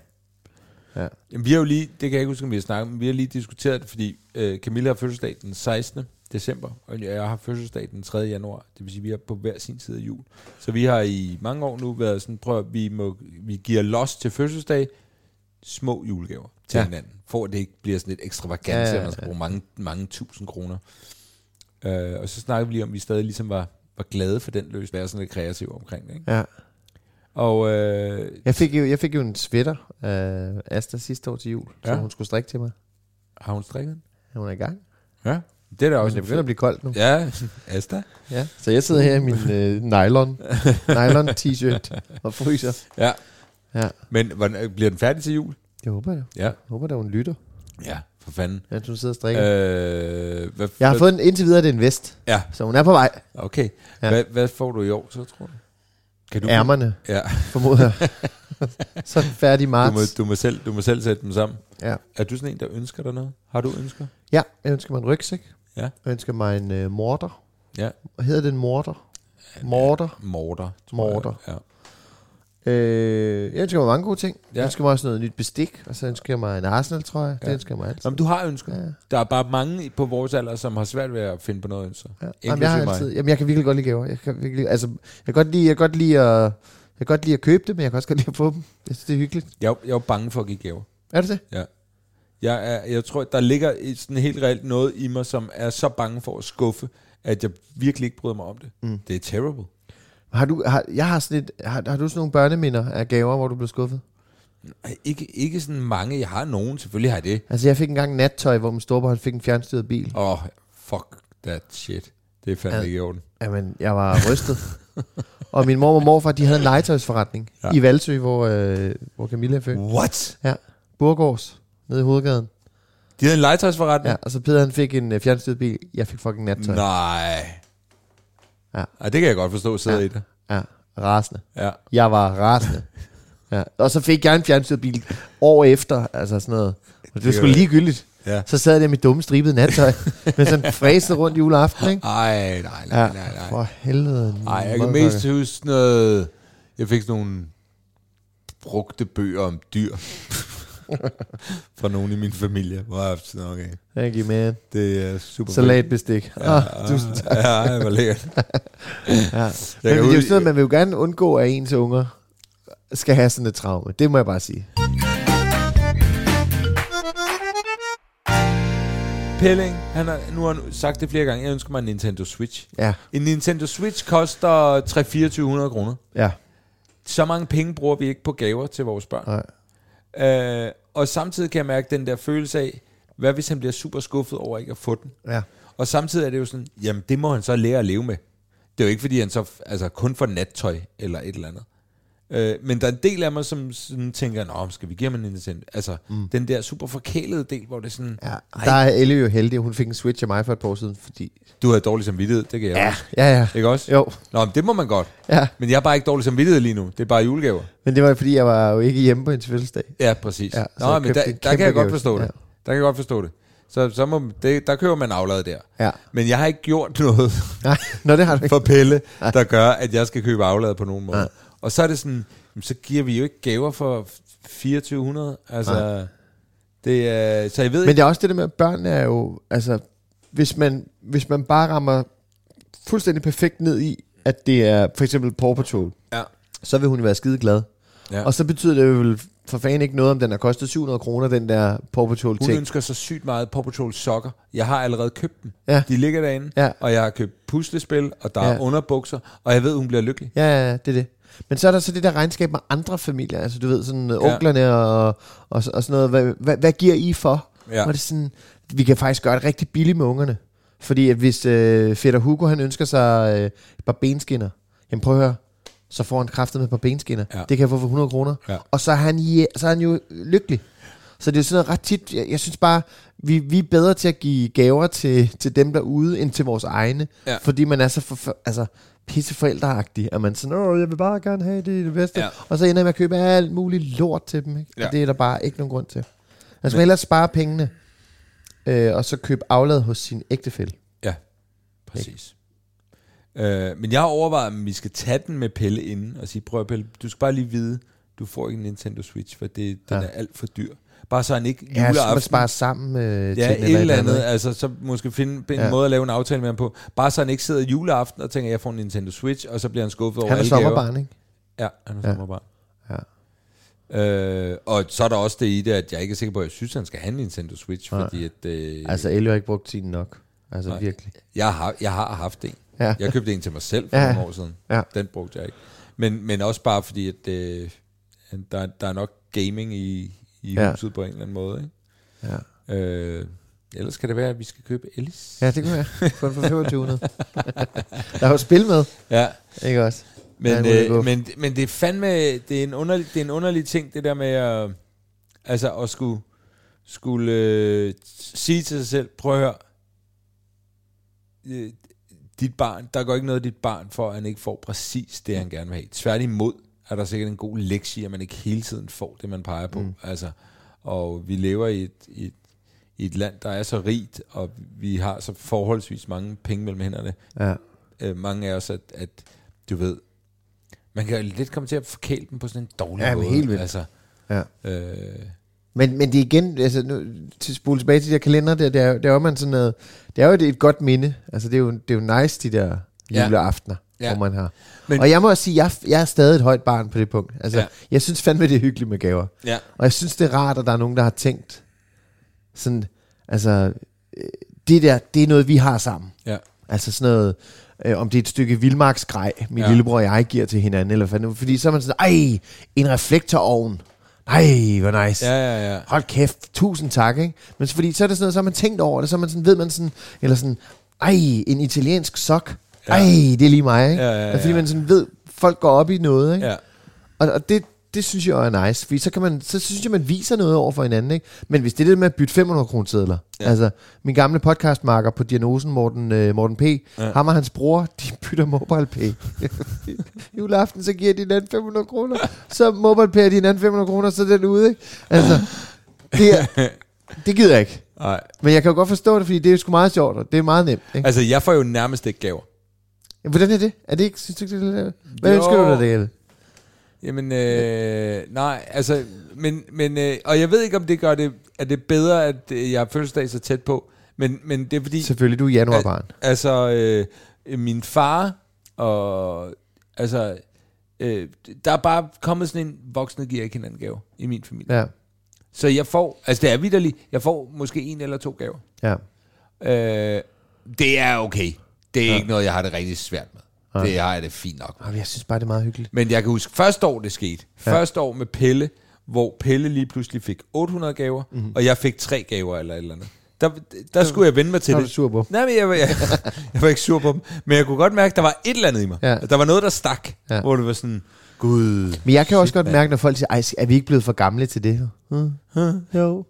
Speaker 2: Ja.
Speaker 1: Jamen, vi har jo lige, det kan jeg ikke huske, om vi har snakket om, men vi har lige diskuteret det, fordi øh, Camilla har fødselsdag den 16. december, og jeg har fødselsdag den 3. januar. Det vil sige, at vi er på hver sin side af jul. Så vi har i mange år nu været sådan, prøv at vi, må, vi giver los til fødselsdag, små julegaver til
Speaker 2: Ja.
Speaker 1: ja. hinanden, for at det ikke bliver sådan et ekstravagance,
Speaker 2: Ja,
Speaker 1: ja,
Speaker 2: ja,
Speaker 1: ja, ja. man skal bruge mange, mange tusind kroner. Øh, og så snakkede vi lige om, at vi stadig ligesom var, var glade for den løs, være sådan lidt kreativ omkring det. Ikke?
Speaker 2: ja.
Speaker 1: Og øh,
Speaker 2: Jeg fik jo, jeg fik jo en sweater af øh, Asta sidste år til jul, ja.
Speaker 1: Ja.
Speaker 2: som hun skulle strikke til mig.
Speaker 1: har hun strikket den?
Speaker 2: Ja, Hun er i gang.
Speaker 1: Ja. Det er da
Speaker 2: Men
Speaker 1: også
Speaker 2: det
Speaker 1: en
Speaker 2: begynder at blive koldt nu.
Speaker 1: fed- Ja, Asta.
Speaker 2: Ja. Så jeg sidder her i
Speaker 1: (laughs)
Speaker 2: min øh, nylon, nylon t-shirt og fryser.
Speaker 1: Ja.
Speaker 2: Ja.
Speaker 1: Men hvordan, bliver den færdig til jul?
Speaker 2: Jeg håber det.
Speaker 1: Ja.
Speaker 2: Jeg håber, at hun lytter,
Speaker 1: Ja, for fanden.
Speaker 2: mens hun sidder og strikker. Øh,
Speaker 1: Øh, hvad,
Speaker 2: jeg har
Speaker 1: hvad,
Speaker 2: fået en, indtil videre, det er en vest,
Speaker 1: Ja,
Speaker 2: så hun er på vej.
Speaker 1: okay.
Speaker 2: Ja.
Speaker 1: Ja. Hvad, hvad får du i år, så tror du? Kan
Speaker 2: Ærmerne,
Speaker 1: Ja,
Speaker 2: formoder
Speaker 1: (laughs)
Speaker 2: jeg. så er den færdig i
Speaker 1: du
Speaker 2: marts.
Speaker 1: må, du, må selv, du må selv sætte dem sammen.
Speaker 2: Ja.
Speaker 1: Er du sådan en, der ønsker dig noget? Har du ønsker?
Speaker 2: ja, jeg ønsker mig en rygsæk.
Speaker 1: Ja.
Speaker 2: Jeg ønsker mig en øh, morter.
Speaker 1: Ja.
Speaker 2: Hvad hedder den morter? Morter.
Speaker 1: Morter. tror
Speaker 2: Morter.
Speaker 1: Jeg. Ja.
Speaker 2: Øh, jeg ønsker mig mange gode ting. Ja. Jeg
Speaker 1: Ja.
Speaker 2: ønsker mig også noget nyt bestik, og så ønsker jeg mig en Arsenal-trøje. Ja. Det ønsker jeg mig altid.
Speaker 1: Nå, men du har ønsker.
Speaker 2: Ja.
Speaker 1: Ja. Der er bare mange på vores alder, som har svært ved at finde på noget ønsker.
Speaker 2: Ja. Jamen,
Speaker 1: Inklusive
Speaker 2: jeg, har
Speaker 1: mig.
Speaker 2: altid, jamen, jeg kan virkelig godt lide gaver. Jeg kan, virkelig, altså, jeg kan godt lide, jeg kan godt lide at... Jeg kan godt lide at købe dem, men jeg kan også godt lide at få dem. Jeg synes, det er hyggeligt.
Speaker 1: Jeg, er jo- jeg er jo bange for at give gaver.
Speaker 2: Er det det?
Speaker 1: Ja. Jeg, er, jeg tror, der ligger i sådan helt reelt noget i mig, som er så bange for at skuffe, at jeg virkelig ikke bryder mig om det. Mm. Det er terrible.
Speaker 2: Har du, har, jeg har, sådan et, har, har du sådan nogle børneminder af gaver, hvor du blev skuffet?
Speaker 1: Ej, Ikke, ikke sådan mange. Jeg har nogen, selvfølgelig har jeg det.
Speaker 2: Altså, jeg fik engang nattøj, hvor min storebror han fik en fjernstyret bil.
Speaker 1: Åh, oh, fuck that shit. Det er fandme
Speaker 2: Ja.
Speaker 1: ikke i orden.
Speaker 2: Jamen, jeg var rystet. og min mor og morfar, de havde en legetøjsforretning ja. i Valsø, hvor, øh, hvor Camilla er født.
Speaker 1: What?
Speaker 2: Ja. Burgårds nede i hovedgaden.
Speaker 1: De havde en legetøjsforretning?
Speaker 2: Ja, og så Peter han fik en øh, fjernstyret bil. Jeg fik fucking nattøj.
Speaker 1: Nej.
Speaker 2: Ja.
Speaker 1: Ej, det kan jeg godt forstå, sidder ja. i det.
Speaker 2: Ja, rasende.
Speaker 1: Ja.
Speaker 2: Jeg var rasende. ja. Og så fik jeg en fjernstyret bil år efter, altså sådan noget. Og det var
Speaker 1: kan
Speaker 2: sgu
Speaker 1: være.
Speaker 2: ligegyldigt.
Speaker 1: ja.
Speaker 2: Så sad jeg der med dumme stribede nattøj, (laughs) med sådan fræset rundt juleaften, ikke?
Speaker 1: Ej, nej,
Speaker 2: Ja,
Speaker 1: nej, nej, nej.
Speaker 2: for helvede.
Speaker 1: Ej, jeg kan
Speaker 2: motherfucker.
Speaker 1: mest huske sådan noget... Jeg fik sådan nogle brugte bøger om dyr. (laughs) Fra nogen i min familie, hvor jeg har haft sådan, okay,
Speaker 2: Thank you, man.
Speaker 1: det er super
Speaker 2: Salatbestik. Ja, ah, tusind tak.
Speaker 1: Ja, ej, hvor lækkert.
Speaker 2: Ja.
Speaker 1: Jeg
Speaker 2: Men
Speaker 1: kan
Speaker 2: det er jo
Speaker 1: huske-
Speaker 2: sådan, at man vil jo gerne undgå, at ens unger skal have sådan et traume. Det må jeg bare sige.
Speaker 1: Pelling, han har, nu har han sagt det flere gange, jeg ønsker mig en Nintendo Switch.
Speaker 2: Ja,
Speaker 1: En Nintendo Switch koster 3-2400 kroner.
Speaker 2: ja.
Speaker 1: Så mange penge bruger vi ikke på gaver til vores børn.
Speaker 2: Nej.
Speaker 1: Øh, og samtidig kan jeg mærke den der følelse af, hvad hvis han bliver super skuffet over ikke at få den?
Speaker 2: ja.
Speaker 1: Og samtidig er det jo sådan, jamen det må han så lære at leve med. Det er jo ikke, fordi han så f- altså, kun får nattøj eller et eller andet. Øh, men der er en del af mig, som sådan tænker, nå, skal vi give ham en Nintendo? Altså, mm. den der super forkælede del, hvor det er sådan,
Speaker 2: ja.
Speaker 1: Ej.
Speaker 2: Der er Elle jo heldig. Hun fik en Switch af mig for et par år siden, fordi...
Speaker 1: du har dårlig samvittighed, det kan jeg også.
Speaker 2: ja, ja.
Speaker 1: Ikke også?
Speaker 2: Jo,
Speaker 1: Nå, men det må man godt.
Speaker 2: ja.
Speaker 1: Men jeg er bare ikke dårlig samvittighed lige nu. Det er bare julegaver.
Speaker 2: Men det var fordi, jeg var jo ikke hjemme på hendes fødselsdag.
Speaker 1: Ja, præcis. Ja,
Speaker 2: Ja, så
Speaker 1: Nå,
Speaker 2: jeg
Speaker 1: men
Speaker 2: købte
Speaker 1: der,
Speaker 2: en
Speaker 1: der
Speaker 2: kæmpe
Speaker 1: kan jeg godt
Speaker 2: gave.
Speaker 1: forstå det.
Speaker 2: Ja.
Speaker 1: Der kan jeg godt forstå det. Så, så må, det, der kører man afladet der.
Speaker 2: Ja.
Speaker 1: Men jeg har ikke gjort noget
Speaker 2: Nej, (laughs) nå, det har du ikke.
Speaker 1: for Pelle, der gør, at jeg skal købe afladet på nogen måde. Ja. Og så er det sådan, jamen, så giver vi jo ikke gaver for 2400. Altså, det er, så jeg ved
Speaker 2: Men
Speaker 1: ikke,
Speaker 2: det er også det der med, at børn er jo... Altså, hvis man, hvis man bare rammer fuldstændig perfekt ned i, at det er for eksempel Paw Patrol,
Speaker 1: Ja.
Speaker 2: så vil hun jo være skide glad.
Speaker 1: Ja.
Speaker 2: Ja. Og så betyder det jo vel for fanden ikke noget, om den har kostet 700 kroner, den der Paw Patrol
Speaker 1: hun
Speaker 2: ting.
Speaker 1: ønsker så sygt meget Paw Patrol sokker. Jeg har allerede købt dem.
Speaker 2: Ja.
Speaker 1: De ligger derinde,
Speaker 2: Ja.
Speaker 1: og jeg har købt puslespil, og der ja. er
Speaker 2: Ja.
Speaker 1: underbukser, og jeg ved, hun bliver lykkelig.
Speaker 2: Ja, ja, ja, det er det. Men så er der så det der regnskab med andre familier, altså du ved, sådan ja. onklerne og, og, og sådan noget. Hvad, hvad, hvad giver I for?
Speaker 1: Ja.
Speaker 2: Ja. Og det er sådan, vi kan faktisk gøre det rigtig billigt med ungerne. Fordi at hvis øh, fætter Hugo, han ønsker sig øh, et par benskinner, jamen prøv at høre, så får han kraftet med et par benskinner.
Speaker 1: Ja.
Speaker 2: Ja. Det kan jeg få for 100 kroner.
Speaker 1: Ja.
Speaker 2: Og så er, han, ja, så er han jo lykkelig. Så det er jo sådan noget ret tit, jeg, jeg synes bare, vi, vi er bedre til at give gaver til, til dem derude, end til vores egne.
Speaker 1: Ja.
Speaker 2: Fordi man er så for, for, altså, pisseforældreagtig, at man sådan, åh, jeg vil bare gerne have det, det bedste.
Speaker 1: Ja.
Speaker 2: Ja. Og så ender jeg med at købe alt muligt lort til dem. Ikke?
Speaker 1: Ja.
Speaker 2: Ja. Og det er der bare ikke nogen grund til. Altså, man hellere spare pengene, øh, og så købe aflad hos sin ægtefælle.
Speaker 1: Ja, præcis. Øh, men jeg har overvejet, om vi skal tage den med Pelle inden og sige, prøv at Pelle, du skal bare lige vide, du får ikke en Nintendo Switch, for det, den
Speaker 2: Ja.
Speaker 1: er alt for dyr. Bare så han ikke
Speaker 2: Ja, så man
Speaker 1: juleaften...
Speaker 2: sparer sammen øh, til
Speaker 1: Ja,
Speaker 2: den
Speaker 1: et eller andet.
Speaker 2: ikke?
Speaker 1: Altså, så måske finde en ja.
Speaker 2: Ja.
Speaker 1: måde at lave en aftale med ham på. Bare så han ikke sidder juleaften og tænker, jeg får en Nintendo Switch, og så bliver han skuffet over
Speaker 2: Han er
Speaker 1: alle gaver.
Speaker 2: sommerbarn, ikke?
Speaker 1: Ja, han er
Speaker 2: Ja.
Speaker 1: sommerbarn. Øh, og så er der også det i det, at jeg ikke er sikker på, at jeg synes, han skal have en Nintendo Switch,
Speaker 2: Nej.
Speaker 1: fordi at, øh,
Speaker 2: Altså, Elio har ikke brugt sin nok. Altså,
Speaker 1: Nej.
Speaker 2: virkelig.
Speaker 1: jeg, har, jeg har haft en.
Speaker 2: Ja.
Speaker 1: Jeg købte en til mig selv for ja.
Speaker 2: Ja.
Speaker 1: nogle år siden.
Speaker 2: Ja.
Speaker 1: Den brugte jeg ikke. Men, men også bare fordi, at øh, der, der er nok gaming i, i ja.
Speaker 2: Ja.
Speaker 1: huset på en eller anden måde.
Speaker 2: Ja.
Speaker 1: Ikke? Øh, ellers kan det være, at vi skal købe Ellis.
Speaker 2: ja, det kunne jeg. Kun for 2500. (laughs) der er jo spil med,
Speaker 1: ja.
Speaker 2: ikke også? Ja,
Speaker 1: Men,
Speaker 2: det må det gå.
Speaker 1: øh, men, men det er fandme, det er, en underlig, det er en underlig ting, det der med at, altså at skulle, skulle øh, sige til sig selv, prøv at høre, øh, dit barn, der går ikke noget af dit barn for, at han ikke får præcis det, han gerne vil have. Tværtimod er der sikkert en god lektie, at man ikke hele tiden får det, man peger på. Mm. Altså, og vi lever i et, i, et, i et land, der er så rigt, og vi har så forholdsvis mange penge mellem hænderne
Speaker 2: Ja.
Speaker 1: øh, mange af os, at, at du ved, man kan jo lidt komme til at forkæle dem på sådan en dårlig
Speaker 2: Ja, men
Speaker 1: måde.
Speaker 2: helt vildt.
Speaker 1: Altså,
Speaker 2: Ja.
Speaker 1: øh,
Speaker 2: Men, men det er igen, altså nu, til spole tilbage til de der kalender der, det er, jo- det er jo man sådan noget, det er jo et, et godt minde. Altså det er jo, det er jo nice, de der
Speaker 1: Ja.
Speaker 2: juleaftener,
Speaker 1: Ja.
Speaker 2: ja. hvor man har.
Speaker 1: Men-
Speaker 2: Men, og jeg må også sige, jeg, jeg er stadig et højt barn på det punkt. Altså
Speaker 1: Ja.
Speaker 2: ja. jeg synes fandme, det er hyggeligt med gaver.
Speaker 1: ja.
Speaker 2: Og jeg synes, det er rart, at der er nogen, der har tænkt sådan, altså øh, det der, det er noget, vi har sammen.
Speaker 1: ja.
Speaker 2: Altså sådan noget, øh, om det er et stykke vildmarksgrej, min
Speaker 1: Ja.
Speaker 2: ja. lillebror og jeg giver til hinanden, eller hvad nu. Fordi så er man sådan, ej, en reflektorovn. Nej, hvor nice
Speaker 1: Ja, ja, ja.
Speaker 2: hold kæft, tusind tak, ikke? Men så, fordi så er det sådan noget, så har man tænkt over det, så er man sådan, ved man sådan, eller sådan, ej, en italiensk sok,
Speaker 1: Ja.
Speaker 2: ej, det er lige mig, ikke?
Speaker 1: Ja, ja, ja,
Speaker 2: Altså, Fordi
Speaker 1: ja.
Speaker 2: man sådan ved, folk går op i noget, ikke?
Speaker 1: ja. (laughs)
Speaker 2: Og, og det, det synes jeg er nice, fordi så, kan man, så synes jeg, man viser noget over for hinanden. Ikke? Men hvis det er det med at bytte 500 kroner sædler, ja. altså min gamle podcastmarker på Diagnosen, Morten, øh, Morten P., ja. ham og hans bror, de bytter MobilePay. (laughs) Juleaften, så giver de hinanden 500 kroner, så MobilePay de hinanden 500 kroner, så er den ude. Ikke? Altså, det, er, det gider jeg ikke.
Speaker 1: Nej.
Speaker 2: Men jeg kan jo godt forstå det, fordi det er sgu meget sjovt, og det er meget nemt. Ikke?
Speaker 1: Altså, jeg får jo nærmest ikke gaver.
Speaker 2: Jamen, Hvordan er det? Er det ikke, synes du ikke, det er lidt- Hvad
Speaker 1: Jo.
Speaker 2: ønsker du dig, det hele?
Speaker 1: Jamen, øh, nej, altså, men, men øh, og jeg ved ikke, om det gør det, at det er bedre, at øh, jeg har fødselsdag så tæt på, men, men det er fordi,
Speaker 2: Selvfølgelig, du er januarbarn.
Speaker 1: altså, øh, min far, og altså, øh, der er bare kommet sådan en, voksne giver ikke hinanden gave i min familie. Ja.
Speaker 2: Ja,
Speaker 1: Så jeg får, altså det er vidderligt, jeg får måske en eller to gaver.
Speaker 2: ja.
Speaker 1: Øh, det er okay. Det er ja. ikke noget, jeg har det rigtig svært med. Ja. Det har jeg det fint nok med.
Speaker 2: Jamen, jeg synes bare, det er meget hyggeligt.
Speaker 1: Men jeg kan huske første år, det skete. Første år med Pelle, hvor Pelle lige pludselig fik 800 gaver, mm-hmm. og jeg fik tre gaver eller et eller andet. Der, der skulle jeg vende mig til
Speaker 2: Mhm. Så er
Speaker 1: det.
Speaker 2: du sur på dem.
Speaker 1: Nej, men jeg, var- jeg, (laughs) jeg var ikke sur på dem. Men jeg kunne godt mærke, at der var et eller andet i mig.
Speaker 2: Ja.
Speaker 1: Der var noget, der stak.
Speaker 2: Ja.
Speaker 1: Hvor det var sådan, gud.
Speaker 2: Men jeg kan også godt mærke, når folk siger, Ej, er vi ikke blevet for gamle til det? Hmm. Hmm. (laughs) Jo.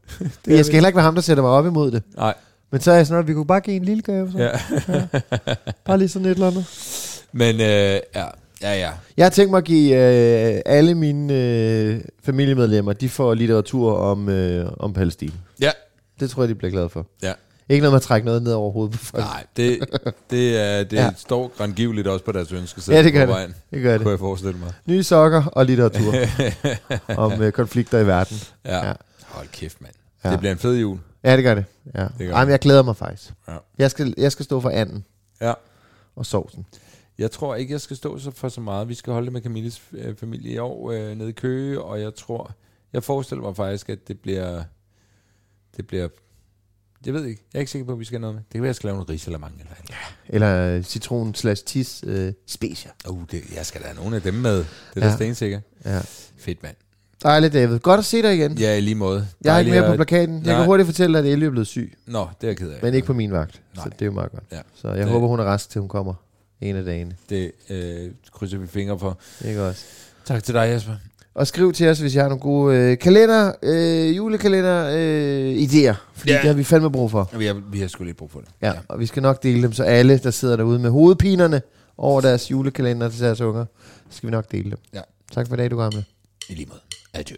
Speaker 2: det jeg skal heller ikke være ham, der sætter mig op imod det.
Speaker 1: Nej.
Speaker 2: Men så er jeg sådan, at vi kunne bare give en lille gave. Så.
Speaker 1: Ja.
Speaker 2: Bare lige sådan et eller andet.
Speaker 1: Men øh, ja, ja, ja.
Speaker 2: Jeg har tænkt mig at give øh, alle mine øh, familiemedlemmer, de får litteratur om, øh, om Palæstina.
Speaker 1: Ja,
Speaker 2: Det tror jeg, de bliver glade for.
Speaker 1: ja.
Speaker 2: Ikke noget med at trække noget ned over hovedet på folk.
Speaker 1: Nej, det, det, er, det
Speaker 2: Ja.
Speaker 1: ja. står grangivligt også på deres ønskeseddel.
Speaker 2: Ja, det gør
Speaker 1: på
Speaker 2: det.
Speaker 1: vejen,
Speaker 2: Det gør det.
Speaker 1: Kunne jeg forestille mig.
Speaker 2: Nye sokker og litteratur om øh, konflikter i verden.
Speaker 1: Ja.
Speaker 2: Ja.
Speaker 1: ja. Hold kæft, mand.
Speaker 2: Ja.
Speaker 1: Ja. Det bliver en fed jul.
Speaker 2: Ja, det gør det. Ja. Det
Speaker 1: det.
Speaker 2: gør Ej, men jeg glæder mig faktisk.
Speaker 1: Ja.
Speaker 2: Jeg skal, jeg skal stå for anden
Speaker 1: Ja.
Speaker 2: og sovsen.
Speaker 1: Jeg tror ikke, jeg skal stå så for så meget. Vi skal holde det med Camilles øh, familie i år øh, nede i Køge, og jeg tror, jeg forestiller mig faktisk, at det bliver, det bliver, jeg ved ikke, jeg er ikke sikker på, at vi skal have noget med. Det kan være, at jeg skal lave en risalamande eller andet.
Speaker 2: Eller øh, citron slash tis øh, specier.
Speaker 1: Uh, det, jeg skal da have nogle af dem med. Det er
Speaker 2: Ja.
Speaker 1: da stensikker.
Speaker 2: Ja.
Speaker 1: Fedt, mand.
Speaker 2: Dejligt, David. Godt at se dig igen.
Speaker 1: Ja, i lige måde.
Speaker 2: Jeg er ikke
Speaker 1: Dejligt
Speaker 2: mere på
Speaker 1: at-
Speaker 2: plakaten. Jeg
Speaker 1: Nej.
Speaker 2: kan hurtigt fortælle dig, at Ellie er blevet syg,
Speaker 1: Nå, det er jeg ked af.
Speaker 2: men ikke på min vagt. Så
Speaker 1: Nej.
Speaker 2: det er jo meget godt.
Speaker 1: Ja.
Speaker 2: Så jeg
Speaker 1: Det-
Speaker 2: håber, hun er rask, til hun kommer en af dagene.
Speaker 1: Det øh, krydser vi fingre for.
Speaker 2: Ikke også?
Speaker 1: Tak til dig, Jesper.
Speaker 2: Og skriv til os, hvis jeg har nogle gode øh, kalender, øh, julekalender, øh, idéer. Fordi
Speaker 1: Ja.
Speaker 2: det har vi fandme brug for.
Speaker 1: Vi har, vi har sgu lidt brug for det.
Speaker 2: Ja, og vi skal nok dele dem, så alle, der sidder derude med hovedpinerne over deres julekalender til deres unger, så skal vi nok dele dem.
Speaker 1: Ja.
Speaker 2: Tak for i dag, du gamle.
Speaker 1: I lige måde. Adieu.